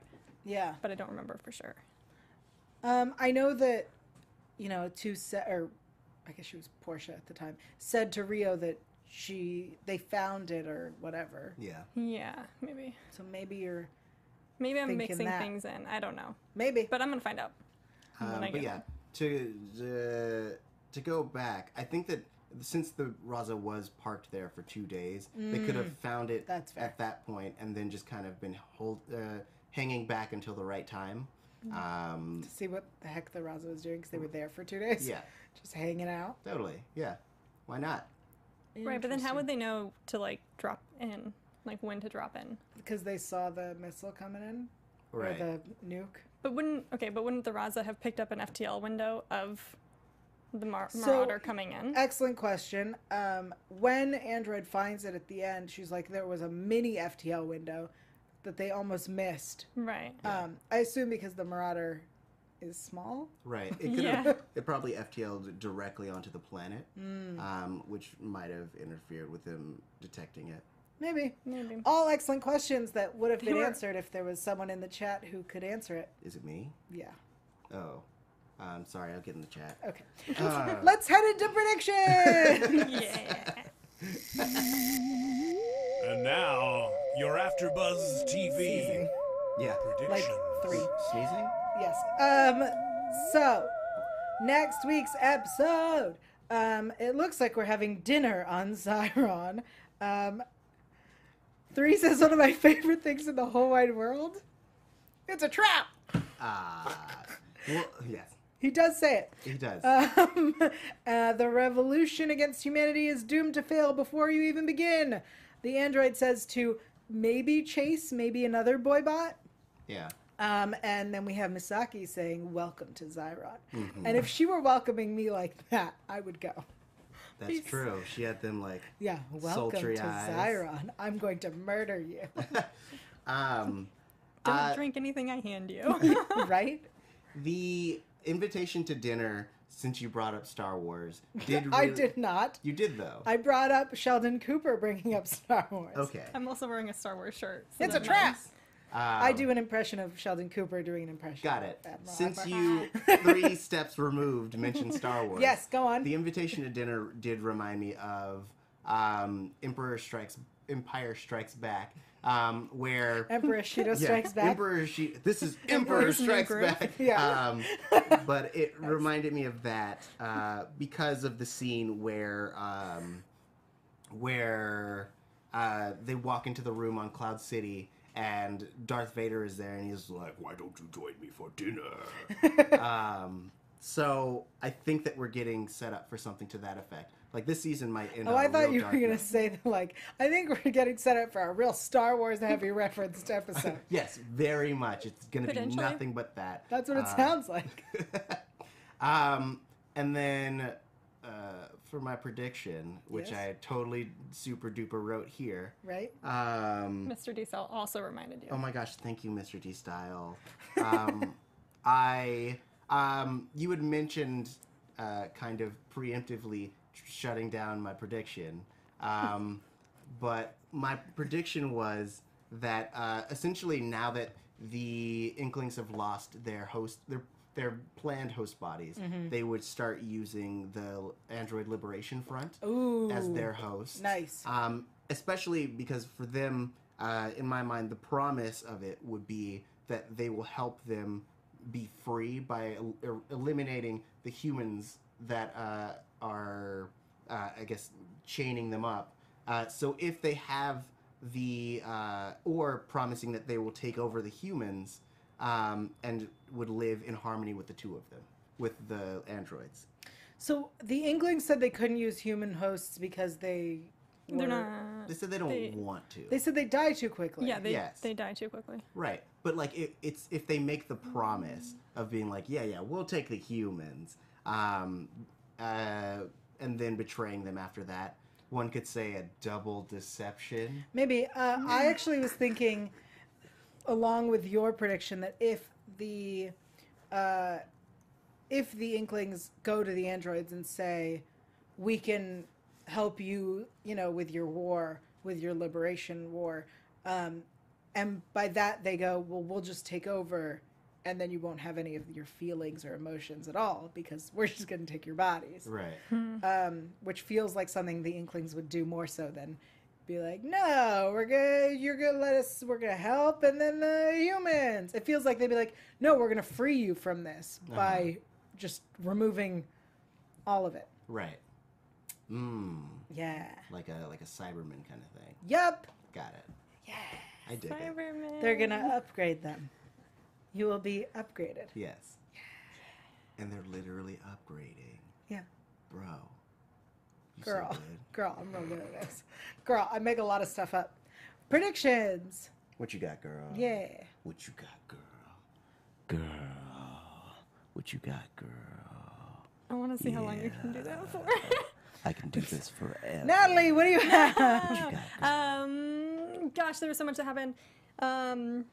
Speaker 1: Yeah.
Speaker 4: but I don't remember for sure
Speaker 1: Um, I know that, you know, two se- or I guess she was Portia at the time said to Rio that she they found it or whatever.
Speaker 3: Yeah.
Speaker 4: yeah maybe
Speaker 1: So maybe you're
Speaker 4: maybe I'm
Speaker 1: Thinking
Speaker 4: mixing
Speaker 1: that.
Speaker 4: things in I don't know
Speaker 1: maybe
Speaker 4: but I'm gonna find out
Speaker 3: Um,
Speaker 4: I
Speaker 3: but
Speaker 4: get
Speaker 3: yeah, to uh, to go back, I think that since the Raza was parked there for two days, they could have found it
Speaker 1: Mm. That's fair.
Speaker 3: at that point, and then just kind of been hold uh, hanging back until the right time.
Speaker 1: Mm.
Speaker 3: Um,
Speaker 1: see what the heck the Raza was doing because they were there for two days.
Speaker 3: Yeah.
Speaker 1: just hanging out.
Speaker 3: totally. Yeah. Why not?
Speaker 4: right but then how would they know to like drop in like when to drop in
Speaker 1: Because they saw the missile coming in
Speaker 3: Right.
Speaker 1: or the nuke.
Speaker 4: But wouldn't okay? But wouldn't the Raza have picked up an FTL window of the mar-
Speaker 1: So-
Speaker 4: Marauder coming in?
Speaker 1: Excellent question. Um, when Android finds it at the end, she's like, there was a mini FTL window that they almost missed.
Speaker 4: right.
Speaker 1: Um, I assume because the Marauder is small.
Speaker 3: Right. It could
Speaker 4: Yeah.
Speaker 3: have it probably FTL'd directly onto the planet,
Speaker 1: Mm.
Speaker 3: um, which might have interfered with them detecting it.
Speaker 1: Maybe.
Speaker 4: Maybe.
Speaker 1: All excellent questions that would have
Speaker 4: They
Speaker 1: been
Speaker 4: were-
Speaker 1: answered if there was someone in the chat who could answer it.
Speaker 3: Is it me?
Speaker 1: Yeah.
Speaker 3: Oh, I'm sorry. I'll get in the chat.
Speaker 1: Okay.
Speaker 3: Uh,
Speaker 1: Let's head into prediction.
Speaker 4: yeah.
Speaker 2: And now, your AfterBuzz TV
Speaker 3: yeah.
Speaker 1: like
Speaker 2: prediction.
Speaker 1: three.
Speaker 3: Sneezing?
Speaker 1: Yes. Um. So, next week's episode. Um. It looks like we're having dinner on Zyron. Um. Three says one of my favorite things in the whole wide world. It's a trap.
Speaker 3: Ah. well, yes,
Speaker 1: He does say it.
Speaker 3: he does.
Speaker 1: Um, uh, the revolution against humanity is doomed to fail before you even begin. The android says to maybe Chase, maybe another boy bot.
Speaker 3: Yeah.
Speaker 1: Um, and then we have Misaki saying, Welcome to Zyron.
Speaker 3: Mm-hmm.
Speaker 1: And if she were welcoming me like that, I would go.
Speaker 3: That's
Speaker 4: He's-
Speaker 3: true. She had them like
Speaker 1: Yeah, welcome
Speaker 3: Sultry
Speaker 1: to
Speaker 3: eyes.
Speaker 1: Zyron. I'm going to murder you.
Speaker 3: um
Speaker 4: Don't
Speaker 3: Uh,
Speaker 4: drink anything I hand you.
Speaker 1: right?
Speaker 3: the invitation to dinner since you brought up Star Wars did
Speaker 1: I
Speaker 3: really-
Speaker 1: did not.
Speaker 3: You did though.
Speaker 1: I brought up Sheldon Cooper bringing up Star Wars.
Speaker 3: okay. Ah,
Speaker 4: I'm also wearing a Star Wars shirt. so
Speaker 1: It's a
Speaker 4: that
Speaker 1: trap.
Speaker 4: matters.
Speaker 1: Um, I do an impression of Sheldon Cooper doing an impression.
Speaker 3: Oh. Got
Speaker 1: of
Speaker 3: it.
Speaker 1: Admiral
Speaker 3: Since
Speaker 1: Akbar.
Speaker 3: you three steps removed mentioned Star Wars.
Speaker 1: Yes, go on.
Speaker 3: The invitation to dinner did remind me of um, Emperor Strikes Empire Strikes Back, um, where
Speaker 1: Emperor Shido
Speaker 3: Yeah,
Speaker 1: Strikes Back.
Speaker 3: Emperor she this is Emperor
Speaker 4: Emperor's New
Speaker 3: Strikes
Speaker 4: Groove.
Speaker 3: Back.
Speaker 1: Yeah.
Speaker 3: Um, but it reminded me of that uh, because of the scene where um, where uh, they walk into the room on Cloud City and Darth Vader is there and he's like, "Why don't you join me for dinner?" um, so I think that we're getting set up for something to that effect. Like this season might end.
Speaker 1: Oh,
Speaker 3: on
Speaker 1: I
Speaker 3: a
Speaker 1: thought
Speaker 3: real
Speaker 1: you were
Speaker 3: dark
Speaker 1: going to
Speaker 3: note.
Speaker 1: say that, like, I think we're getting set up for a real Star Wars heavy referenced episode.
Speaker 3: Yes, very much. It's going to be
Speaker 4: Potentially.
Speaker 3: nothing but that.
Speaker 1: That's what it
Speaker 3: Uh,
Speaker 1: sounds like.
Speaker 3: um, and then uh, for my prediction, which
Speaker 1: Yes.
Speaker 3: I totally super duper wrote here.
Speaker 1: Right?
Speaker 3: Um,
Speaker 4: Mr. Diesel also reminded you.
Speaker 3: oh my gosh, thank you, Mr. D Style. Um, I um, you had mentioned uh, kind of preemptively shutting down my prediction, um, but my prediction was that uh, essentially now that the Inklings have lost their host their their planned host bodies, they would start using the Android Liberation Front
Speaker 1: Ooh.
Speaker 3: as their host.
Speaker 1: Nice.
Speaker 3: Um, especially because for them, uh, in my mind, the promise of it would be that they will help them be free by el- er- eliminating the humans that uh, are, uh, I guess, chaining them up. Uh, so if they have the, uh, or promising that they will take over the humans um, and would live in harmony with the two of them, with the androids.
Speaker 1: So the Inglings said they couldn't use human hosts because they. Were,
Speaker 4: They're not.
Speaker 3: They said they don't
Speaker 4: They-
Speaker 3: want to.
Speaker 1: They said they die too quickly.
Speaker 4: Yeah, they
Speaker 3: Yes.
Speaker 4: they die too quickly.
Speaker 3: Right, but like it, it's if they make the promise of being like, yeah, yeah, we'll take the humans, um, uh, and then betraying them after that, one could say a double deception.
Speaker 1: Maybe. Uh, I actually was thinking, along with your prediction, that if the, uh, if the Inklings go to the androids and say, "We can help you," you know, with your war, with your liberation war, um, and by that they go, "Well, we'll just take over." And then you won't have any of your feelings or emotions at all because we're just going to take your bodies
Speaker 3: Right.
Speaker 1: um, which feels like something the Inklings would do more so than be like, no, we're gonna, you're gonna let us, we're gonna help, and then the humans. It feels like they'd be like, no, we're gonna free you from this
Speaker 3: Uh-huh.
Speaker 1: by just removing all of it.
Speaker 3: Right. Mmm.
Speaker 1: Yeah.
Speaker 3: Like a like a Cyberman kind of thing.
Speaker 1: Yep.
Speaker 3: Got it. Yeah. I dig it.
Speaker 4: Cybermen.
Speaker 1: They're gonna upgrade them. You will be upgraded.
Speaker 3: Yes. And they're literally upgrading,
Speaker 1: Yeah.
Speaker 3: bro. You so
Speaker 1: Girl.
Speaker 3: good.
Speaker 1: Girl, I'm real good at this. Girl, I make a lot of stuff up. Predictions.
Speaker 3: What you got, girl?
Speaker 1: Yeah.
Speaker 3: What you got, girl? Girl. What you got, girl?
Speaker 4: I want to see how long you can do that for.
Speaker 3: I can do this forever.
Speaker 1: Natalie, what do you have?
Speaker 4: um, gosh, there was so much that happened. Um,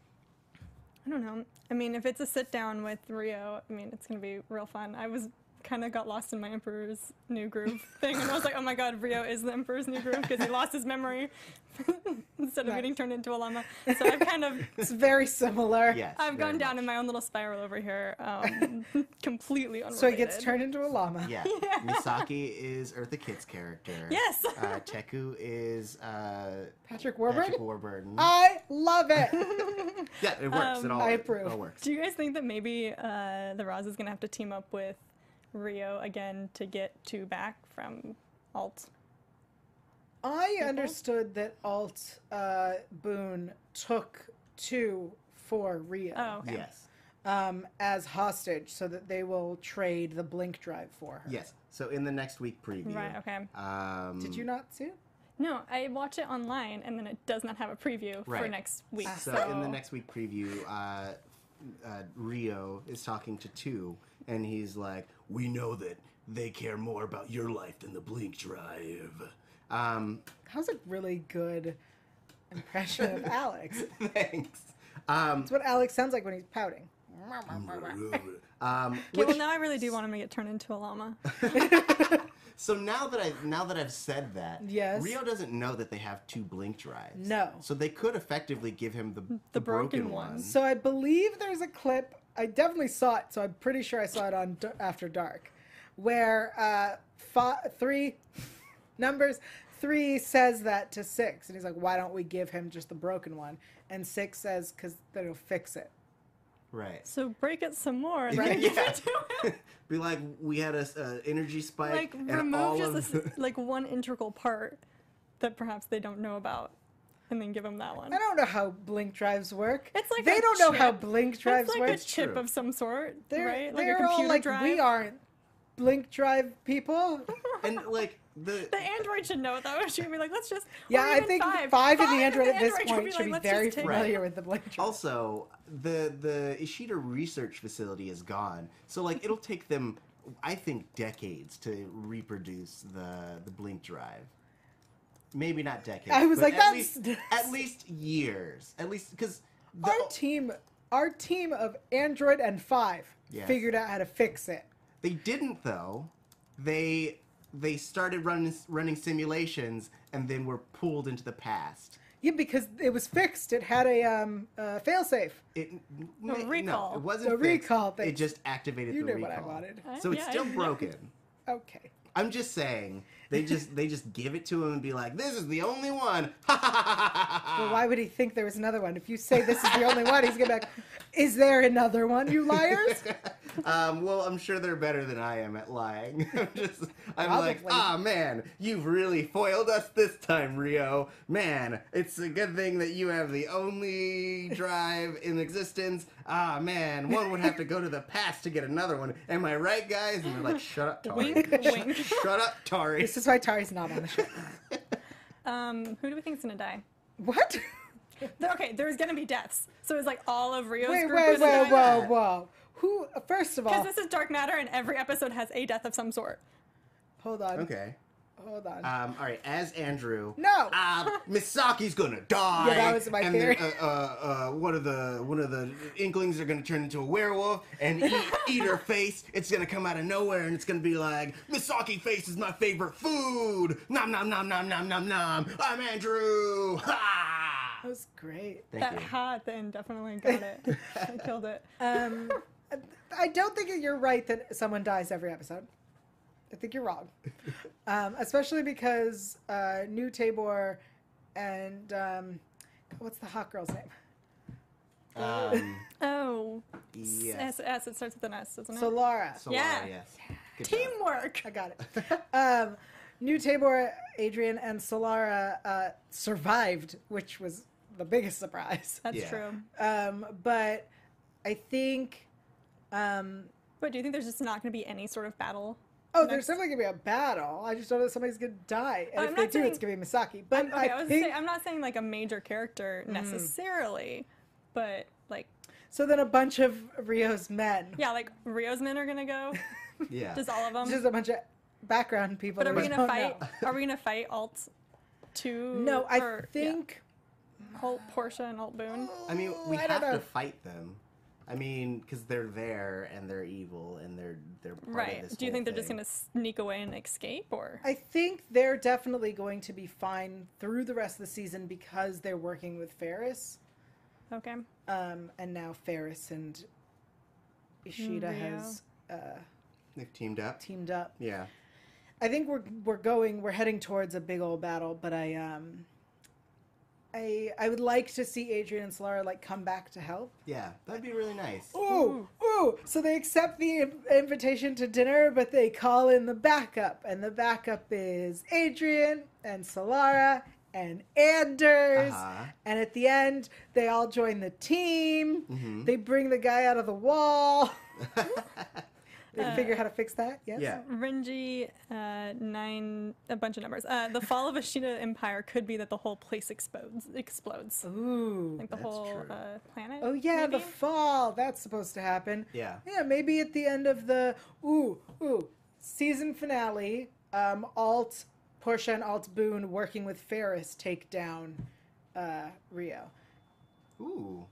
Speaker 4: I don't know. I mean, if it's a sit down with Rio, I mean, it's gonna be real fun. I was kind of got lost in my Emperor's New Groove thing, and I was like, oh my god, Rio is the Emperor's New Groove because he lost his memory instead of
Speaker 1: Nice.
Speaker 4: getting turned into a llama. So I've kind of
Speaker 1: it's very similar.
Speaker 3: Yes.
Speaker 4: I've
Speaker 3: very
Speaker 4: gone down
Speaker 3: much.
Speaker 4: in my own little spiral over here, um, completely unrelated.
Speaker 1: So he gets turned into a llama.
Speaker 3: Yeah. Misaki is Eartha Kitt's character.
Speaker 4: Yes.
Speaker 3: Uh, Teku is uh,
Speaker 1: Patrick
Speaker 3: Patrick
Speaker 1: Warburton.
Speaker 3: Warburton.
Speaker 1: I love it.
Speaker 3: yeah, it works. it all,
Speaker 1: I
Speaker 3: It
Speaker 1: approve.
Speaker 3: all works.
Speaker 4: Do you guys think that maybe uh, the Roz is gonna have to team up with Rio again to get two back from Alt?
Speaker 1: I understood that Alt uh, Boone took two for Rio
Speaker 4: Oh, okay.
Speaker 3: Yes.
Speaker 1: um, as hostage so that they will trade the blink drive for her.
Speaker 3: Yes. So in the next week preview.
Speaker 4: Right. Okay.
Speaker 3: Um,
Speaker 1: Did you not see it?
Speaker 4: No, I watch it online and then it does not have a preview for
Speaker 3: Right.
Speaker 4: next week.
Speaker 3: So,
Speaker 4: So,
Speaker 3: in the next week preview, uh, uh, Rio is talking to Two, and he's like, "We know that they care more about your life than the Blink Drive." Um,
Speaker 1: How's a really good impression of Alex? It's
Speaker 3: thanks. Um,
Speaker 1: what Alex sounds like when he's pouting.
Speaker 3: um,
Speaker 4: Okay, well,
Speaker 3: which-
Speaker 4: now I really do want to make it turn into a llama.
Speaker 3: so now that I now that I've said that,
Speaker 1: Yes.
Speaker 3: Rio doesn't know that they have two Blink Drives.
Speaker 1: No.
Speaker 3: So they could effectively give him the the, broken,
Speaker 4: broken
Speaker 3: one.
Speaker 4: one.
Speaker 1: So I believe there's a clip. I definitely saw it, so I'm pretty sure I saw it on D- After Dark, where uh, fa- three numbers three says that to six, and he's like, "Why don't we give him just the broken one?" And six says, "Cause that'll fix it."
Speaker 3: Right.
Speaker 4: So break it some more. and
Speaker 1: Right.
Speaker 4: then give it to him.
Speaker 3: Be like, we had a s- uh, energy spike,
Speaker 4: Like
Speaker 3: and all
Speaker 4: remove just
Speaker 3: of
Speaker 4: this, like one integral part that perhaps they don't know about, and then give them that one.
Speaker 1: I don't know how blink drives work.
Speaker 4: It's like
Speaker 1: they
Speaker 4: a
Speaker 1: don't know how
Speaker 4: chip.
Speaker 1: blink drives
Speaker 4: It's like
Speaker 1: work.
Speaker 4: a chip
Speaker 3: true.
Speaker 4: of some sort,
Speaker 1: they're
Speaker 4: right? Like
Speaker 1: they're
Speaker 4: a computer
Speaker 1: all like
Speaker 4: drive.
Speaker 1: we aren't blink drive people.
Speaker 3: and like the
Speaker 4: The Android should know though. She'd be like, let's just.
Speaker 1: Yeah,
Speaker 4: or
Speaker 1: I
Speaker 4: even
Speaker 1: think
Speaker 4: five.
Speaker 1: five, in the Android at this point should be,
Speaker 4: like, "Let's
Speaker 1: very
Speaker 4: just take
Speaker 3: Right.
Speaker 1: familiar with the blink drive.
Speaker 3: also the the Ishida research facility is gone, so like it'll take them, I think, decades to reproduce the the blink drive. Maybe not decades.
Speaker 1: I was
Speaker 3: but
Speaker 1: like,
Speaker 3: at
Speaker 1: that's-
Speaker 3: least, at least years, at least because
Speaker 1: our team our team of android and five
Speaker 3: Yes.
Speaker 1: figured out how to fix it
Speaker 3: They didn't though. They they started running running simulations and then were pulled into the past.
Speaker 1: yeah because it was fixed it had a um uh, failsafe
Speaker 3: It
Speaker 4: No,
Speaker 3: n-
Speaker 4: recall.
Speaker 3: No, it wasn't
Speaker 1: The
Speaker 3: fixed.
Speaker 1: recall thing.
Speaker 3: It just activated
Speaker 1: You
Speaker 3: the
Speaker 1: knew what I
Speaker 3: recall.
Speaker 1: wanted.
Speaker 4: I-
Speaker 3: So it's
Speaker 4: yeah, I
Speaker 3: still
Speaker 4: know.
Speaker 3: broken.
Speaker 1: okay
Speaker 3: I'm just saying they just they just give it to him and be like, "This is the only one." well, Ah.
Speaker 1: well, why would he think there was another one if you say this is the only one he's gonna be like is there another one you liars
Speaker 3: um, well, I'm sure they're better than I am at lying. I'm just, I'm like,
Speaker 1: Probably.
Speaker 3: ah, man, you've really foiled us this time, Rio. Man, it's a good thing that you have the only drive in existence. Ah, man, one would have to go to the past to get another one. Am I right, guys? And they're like, shut up, Tari.
Speaker 4: Wink, wink.
Speaker 3: Shut up, Tari.
Speaker 1: this is why tari's not on the show
Speaker 4: Um, who do we think is gonna die?
Speaker 1: what
Speaker 4: There- Okay, there's gonna be deaths. So it's like all of Rio's
Speaker 1: wait
Speaker 4: group
Speaker 1: wait
Speaker 4: is
Speaker 1: whoa
Speaker 4: gonna die.
Speaker 1: whoa whoa who first of all
Speaker 4: Because this is dark matter, and every episode has a death of some sort.
Speaker 1: hold on
Speaker 3: Okay.
Speaker 1: hold on
Speaker 3: Um, all right, as Andrew.
Speaker 1: No.
Speaker 3: Uh, Misaki's gonna die.
Speaker 1: Yeah, that was my
Speaker 3: and then,
Speaker 1: theory.
Speaker 3: uh, uh, uh, one of the one of the Inklings are gonna turn into a werewolf and eat, eat her face. It's gonna come out of nowhere and it's gonna be like, Misaki face is my favorite food. Nom nom nom nom nom nom nom. I'm Andrew. Ha!
Speaker 1: that was great
Speaker 3: Thank
Speaker 4: That ha at the end definitely got it. I killed it.
Speaker 1: Um, I don't think that you're right that someone dies every episode. I think you're wrong, um, especially because uh, New Tabor and um, what's the hot girl's name?
Speaker 3: you. Um,
Speaker 4: Oh,
Speaker 3: yes.
Speaker 4: S S. It starts with an S, doesn't it?
Speaker 1: So Laura,
Speaker 3: So,
Speaker 4: Yeah.
Speaker 3: yes. Good job.
Speaker 4: Teamwork.
Speaker 1: I got it. Um, New Tabor, Adrian, and Solara uh, survived, which was the biggest surprise.
Speaker 4: That's
Speaker 3: Yeah.
Speaker 4: true.
Speaker 1: Um, but I think. Um,
Speaker 4: But do you think there's just not going to be any sort of battle?
Speaker 1: Oh,
Speaker 4: Next-
Speaker 1: there's definitely gonna be a battle. I just don't know if somebody's gonna die, and
Speaker 4: I'm
Speaker 1: if they
Speaker 4: not
Speaker 1: do, it's gonna
Speaker 4: saying-
Speaker 1: be Misaki. But
Speaker 4: I'm, okay, I,
Speaker 1: I
Speaker 4: was
Speaker 1: think Hmm.
Speaker 4: saying, I'm not saying like a major character necessarily, but like
Speaker 1: so. Then a bunch of Rio's men,
Speaker 4: yeah, like Rio's men are gonna go,
Speaker 3: Yeah.
Speaker 4: just all of them.
Speaker 1: just a bunch of background people.
Speaker 4: but are
Speaker 1: that
Speaker 4: we
Speaker 1: don't
Speaker 4: gonna fight?
Speaker 1: know.
Speaker 4: Are we gonna fight Alt? Two?
Speaker 1: Oh, No, I
Speaker 4: or- yeah,
Speaker 1: think Oh.
Speaker 4: Alt Portia and Alt Boone.
Speaker 3: I mean, we
Speaker 1: I don't
Speaker 3: have
Speaker 1: know.
Speaker 3: to fight them. I mean, because they're there and they're evil and they're they're part Of
Speaker 4: Right.
Speaker 3: this
Speaker 4: Do you
Speaker 3: whole
Speaker 4: think they're just
Speaker 3: thing.
Speaker 4: gonna sneak away and escape, or
Speaker 1: I think they're definitely going to be fine through the rest of the season because they're working with Ferris,
Speaker 4: okay?
Speaker 1: um, and now Ferris and Ishida
Speaker 4: Rio.
Speaker 1: has uh,
Speaker 3: They've teamed up.
Speaker 1: teamed up.
Speaker 3: Yeah.
Speaker 1: I think we're we're going we're heading towards a big old battle, but I um I I would like to see Adrian and Solara like come back to help.
Speaker 3: Yeah. That'd be really nice.
Speaker 1: Ooh,
Speaker 3: Mm.
Speaker 1: ooh! So they accept the in- invitation to dinner, but they call in the backup, and the backup is Adrian and Solara and Anders.
Speaker 3: Uh-huh.
Speaker 1: And at the end, they all
Speaker 3: Mm-hmm.
Speaker 1: join the team. They bring the guy out of the wall. They figure how to fix that. Yes.
Speaker 3: Yeah.
Speaker 4: Renji, uh, nine, a bunch of numbers. Uh, the fall of Ashina Empire could be that the whole place explodes. explodes.
Speaker 1: Ooh.
Speaker 4: Like the
Speaker 3: That's
Speaker 4: whole
Speaker 3: true.
Speaker 4: uh, planet.
Speaker 1: Oh yeah, the
Speaker 4: maybe?
Speaker 1: fall. That's supposed to happen.
Speaker 3: Yeah.
Speaker 1: Yeah, maybe at the end of the ooh ooh season finale, um, Alt Portia and Alt Boone working with Ferris take down uh, Rio
Speaker 3: Ooh.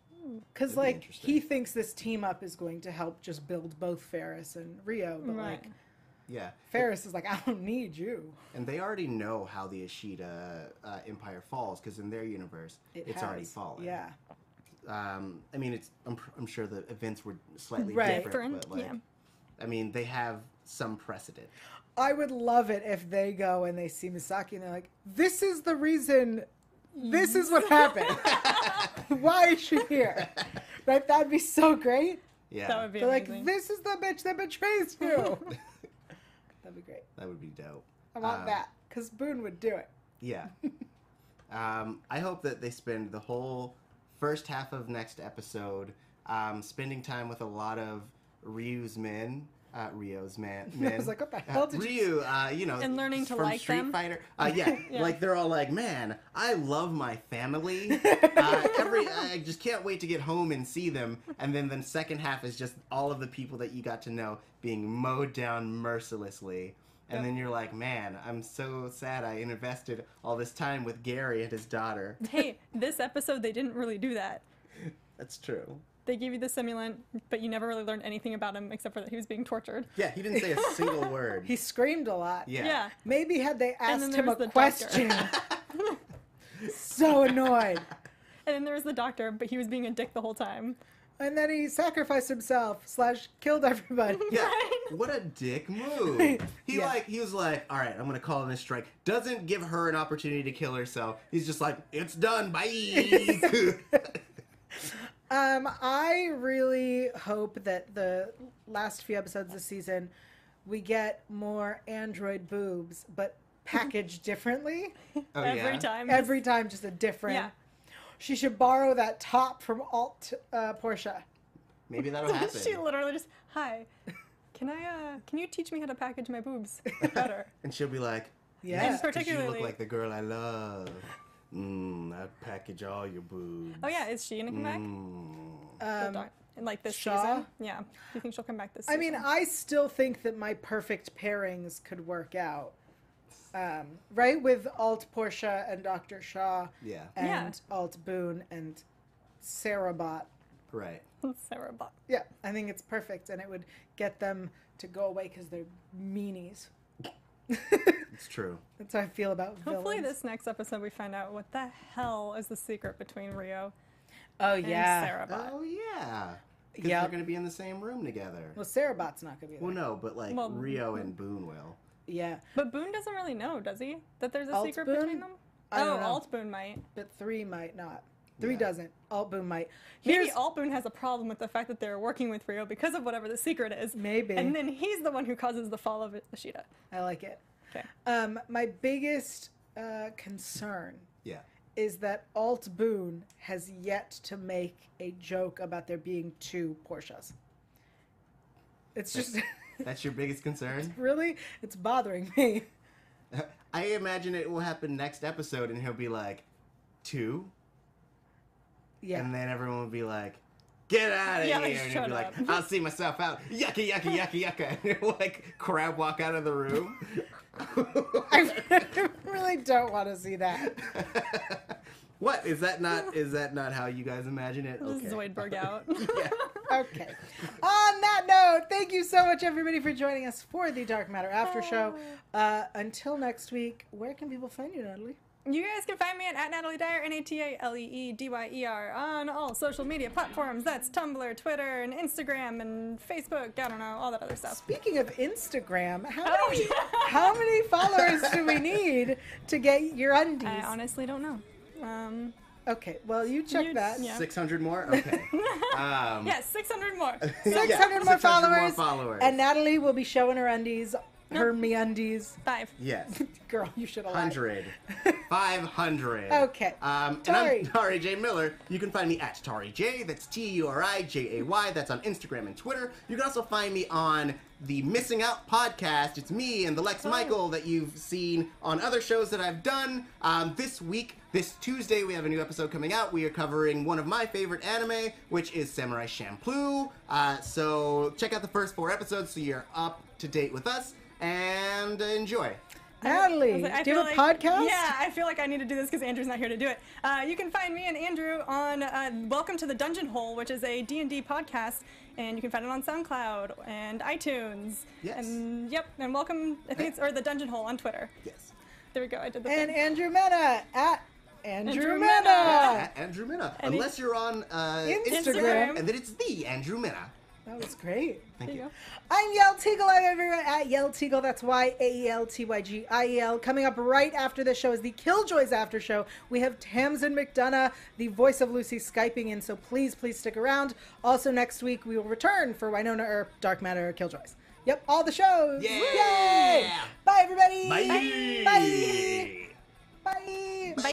Speaker 1: because
Speaker 3: That'd be
Speaker 1: like
Speaker 3: interesting.
Speaker 1: he thinks this team up is going to help just build both Ferris and Rio, but
Speaker 4: Right.
Speaker 1: like
Speaker 3: Yeah.
Speaker 1: Ferris is like, I don't need you.
Speaker 3: And they already know how the Ashita uh, Empire falls because in their universe,
Speaker 1: It
Speaker 3: it's
Speaker 1: has.
Speaker 3: already fallen.
Speaker 1: Yeah.
Speaker 3: Um, I mean, it's I'm, pr- I'm sure the events were slightly
Speaker 1: Right.
Speaker 3: different, but like,
Speaker 4: Different,
Speaker 3: I mean, they have some precedent.
Speaker 1: I would love it if they go and they see Misaki and they're like, this is the reason, this is what happened. Why is she here? Right? That'd be so great.
Speaker 3: Yeah,
Speaker 4: That would be
Speaker 1: They're
Speaker 4: amazing.
Speaker 1: like, this is the bitch that betrays you. That'd be great.
Speaker 3: that would be dope.
Speaker 1: I want
Speaker 3: Um,
Speaker 1: that because Boone would do it.
Speaker 3: Yeah. um, I hope that they spend the whole first half of next episode um, spending time with a lot of Ryu's men. Uh, Rio's man. men.
Speaker 1: was like, what the
Speaker 3: Uh,
Speaker 1: hell did you
Speaker 3: Ryu, uh, you know,
Speaker 4: And learning to
Speaker 3: from
Speaker 4: like
Speaker 3: Street
Speaker 4: them.
Speaker 3: Fighter. Uh, yeah,
Speaker 4: Yeah.
Speaker 3: like they're all like, man, I love my family. Uh, every, I just can't wait to get home and see them. And then the second half is just all of the people that you got to know being mowed down mercilessly. And then you're like, man, I'm so sad I invested all this time with Gary and his daughter.
Speaker 4: hey, this episode they didn't really do that.
Speaker 3: That's true.
Speaker 4: They gave you the simulant, but you never really learned anything about him except for that he was being tortured.
Speaker 3: Yeah, he didn't say a single word.
Speaker 1: He screamed a lot.
Speaker 3: yeah.
Speaker 4: yeah.
Speaker 1: Maybe had they
Speaker 4: And then
Speaker 1: asked
Speaker 4: there
Speaker 1: him
Speaker 4: was
Speaker 1: a
Speaker 4: the doctor.
Speaker 1: question. so annoyed.
Speaker 4: And then there was the doctor, but he was being a dick the whole time.
Speaker 1: And then he sacrificed himself slash killed everybody.
Speaker 3: Yeah.
Speaker 4: Right?
Speaker 3: What a dick move. He
Speaker 1: Yeah.
Speaker 3: like he was like, all right, I'm gonna call in a strike. Doesn't give her an opportunity to kill herself. He's just like, it's done. Bye.
Speaker 1: Um, I really hope that the last few episodes this season we get more android boobs, but packaged differently.
Speaker 3: oh
Speaker 4: Every
Speaker 3: yeah.
Speaker 4: time.
Speaker 1: Every time, just a different.
Speaker 4: Yeah.
Speaker 1: She should borrow that top from Alt uh, Portia.
Speaker 3: Maybe that'll happen.
Speaker 4: she literally just, hi, can I, uh, can you teach me how to package my boobs better?
Speaker 3: and she'll be like,
Speaker 1: Yeah.
Speaker 3: "Yes, 'cause you
Speaker 4: Particularly-
Speaker 3: look like the girl I love. Mm, I package all your boobs.
Speaker 4: Oh yeah, is she gonna come back?
Speaker 3: Mm.
Speaker 4: The
Speaker 1: Um,
Speaker 4: doc- in, like this
Speaker 1: Shaw?
Speaker 4: season? Yeah. Do you think she'll come back this
Speaker 1: I
Speaker 4: season?
Speaker 1: mean, I still think that my perfect pairings could work out. Um, right with Alt Portia and Dr. Shaw
Speaker 3: Yeah.
Speaker 1: and
Speaker 4: Yeah.
Speaker 1: Alt Boone and Sarah Bot.
Speaker 3: Right.
Speaker 4: Sarah Bot.
Speaker 1: Yeah, I think it's perfect, and it would get them to go away because they're meanies.
Speaker 3: It's true.
Speaker 1: That's how I feel about
Speaker 4: Hopefully,
Speaker 1: villains.
Speaker 4: this next episode we find out what the hell is the secret between Rio
Speaker 1: Oh
Speaker 4: and Sarah Bot.
Speaker 3: Oh yeah. Because
Speaker 1: Yep.
Speaker 3: they're gonna be in the same room together.
Speaker 1: Well, Sarah Bot's not gonna be there.
Speaker 3: Well, no, but like
Speaker 4: Well,
Speaker 3: Rio and Boone will.
Speaker 1: Yeah,
Speaker 4: But Boone doesn't really know, does he? That there's a
Speaker 1: Alt
Speaker 4: secret
Speaker 1: Boone?
Speaker 4: between them?
Speaker 1: I
Speaker 4: oh,
Speaker 1: don't know.
Speaker 4: Alt Boone might.
Speaker 1: but three might not. Three
Speaker 3: Yeah.
Speaker 1: doesn't. Alt Boone might.
Speaker 4: Maybe
Speaker 1: Here's
Speaker 4: Alt Boone has a problem with the fact that they're working with Rio because of whatever the secret is.
Speaker 1: maybe.
Speaker 4: And then he's the one who causes the fall of Ashita.
Speaker 1: I like it.
Speaker 4: Okay.
Speaker 1: Um, my biggest uh, concern
Speaker 3: Yeah.
Speaker 1: is that Alt Boone has yet to make a joke about there being two Porsches. It's just
Speaker 3: That's your biggest concern.
Speaker 1: really, it's bothering me.
Speaker 3: I imagine it will happen next episode, and he'll be like, two?
Speaker 1: Yeah.
Speaker 3: And then everyone will be like, get out of
Speaker 4: Yeah,
Speaker 3: here!
Speaker 4: like,
Speaker 3: and he'll
Speaker 4: shut
Speaker 3: be
Speaker 4: up.
Speaker 3: like, I'll see myself out. Yucky, yucky, yucky, yucky. And he'll like crab walk out of the room.
Speaker 1: I really don't want to see that.
Speaker 3: what is that not is that not how you guys imagine it
Speaker 4: This is Zoidberg out.
Speaker 3: yeah.
Speaker 1: Okay. On that note, thank you so much, everybody, for joining us for the Dark Matter After Show. Uh, until next week, where can people find you, Natalie?
Speaker 4: You guys can find me at, at Natalie Dyer, N A T A L E E D Y E R, on all social media platforms. That's Tumblr, Twitter, and Instagram, and Facebook. I don't know, all that other stuff.
Speaker 1: Speaking of Instagram, how
Speaker 4: Oh,
Speaker 1: many,
Speaker 4: yeah.
Speaker 1: how many followers do we need to get your undies?
Speaker 4: I honestly don't know. Um,
Speaker 1: okay, well, you check
Speaker 4: You-
Speaker 1: that.
Speaker 4: yeah.
Speaker 3: 600 more okay
Speaker 1: Mm.
Speaker 3: um
Speaker 4: yes, 600 more.
Speaker 3: yeah,
Speaker 1: 600, more,
Speaker 3: 600
Speaker 1: followers,
Speaker 3: more followers.
Speaker 1: And Natalie will be showing her undies, her me undies.
Speaker 4: Five.
Speaker 3: yes
Speaker 1: Girl, you should have lied.
Speaker 3: 100 500.
Speaker 1: Okay.
Speaker 3: Um, and
Speaker 1: Tari.
Speaker 3: I'm Tari J. Miller. You can find me at Tari J. That's T U R I J A Y. That's on Instagram and Twitter. You can also find me on the Missing Out podcast. It's me and the
Speaker 1: Oh.
Speaker 3: Lex Michael that you've seen on other shows that I've done. Um, this week, this Tuesday, we have a new episode coming out. We are covering one of my favorite anime, which is Samurai Champloo. Uh, so check out the first four episodes so you're up to date with us and enjoy.
Speaker 1: Natalie,
Speaker 4: I was like, I
Speaker 1: do you
Speaker 4: feel
Speaker 1: have a
Speaker 4: like-
Speaker 1: podcast?
Speaker 4: Yeah, I feel like I need to do this because Andrew's not here to do it. Uh, you can find me and Andrew on uh, Welcome to the Dungeon Hole, which is a D&D podcast, and you can find it on SoundCloud and iTunes.
Speaker 3: Yes.
Speaker 4: And yep, and welcome, I think it's, or the Dungeon Hole on Twitter.
Speaker 3: Yes.
Speaker 4: There we go, I did the
Speaker 1: And
Speaker 4: thing.
Speaker 1: Andrew Mena at Andrew,
Speaker 4: Andrew
Speaker 1: Mena.
Speaker 4: Mena.
Speaker 3: at Andrew Minna.
Speaker 4: And
Speaker 3: Unless you're on uh,
Speaker 1: Instagram.
Speaker 3: Instagram, and then it's the Andrew Minna.
Speaker 1: That was great.
Speaker 3: Thank
Speaker 4: There
Speaker 3: you.
Speaker 4: you go.
Speaker 1: I'm Yel Teagle. I'm everywhere at Yel Teagle. That's Y A E L T Y G I E L. Coming up right after this show is the Killjoys After Show. We have Tamsin McDonough, the voice of Lucy, Skyping in, so please, please stick around. Also, next week we will return for Winona Earp, Dark Matter, or Killjoys. Yep, all the shows.
Speaker 3: Yeah.
Speaker 1: Yay! Bye, everybody. Bye.
Speaker 3: Bye.
Speaker 1: Bye.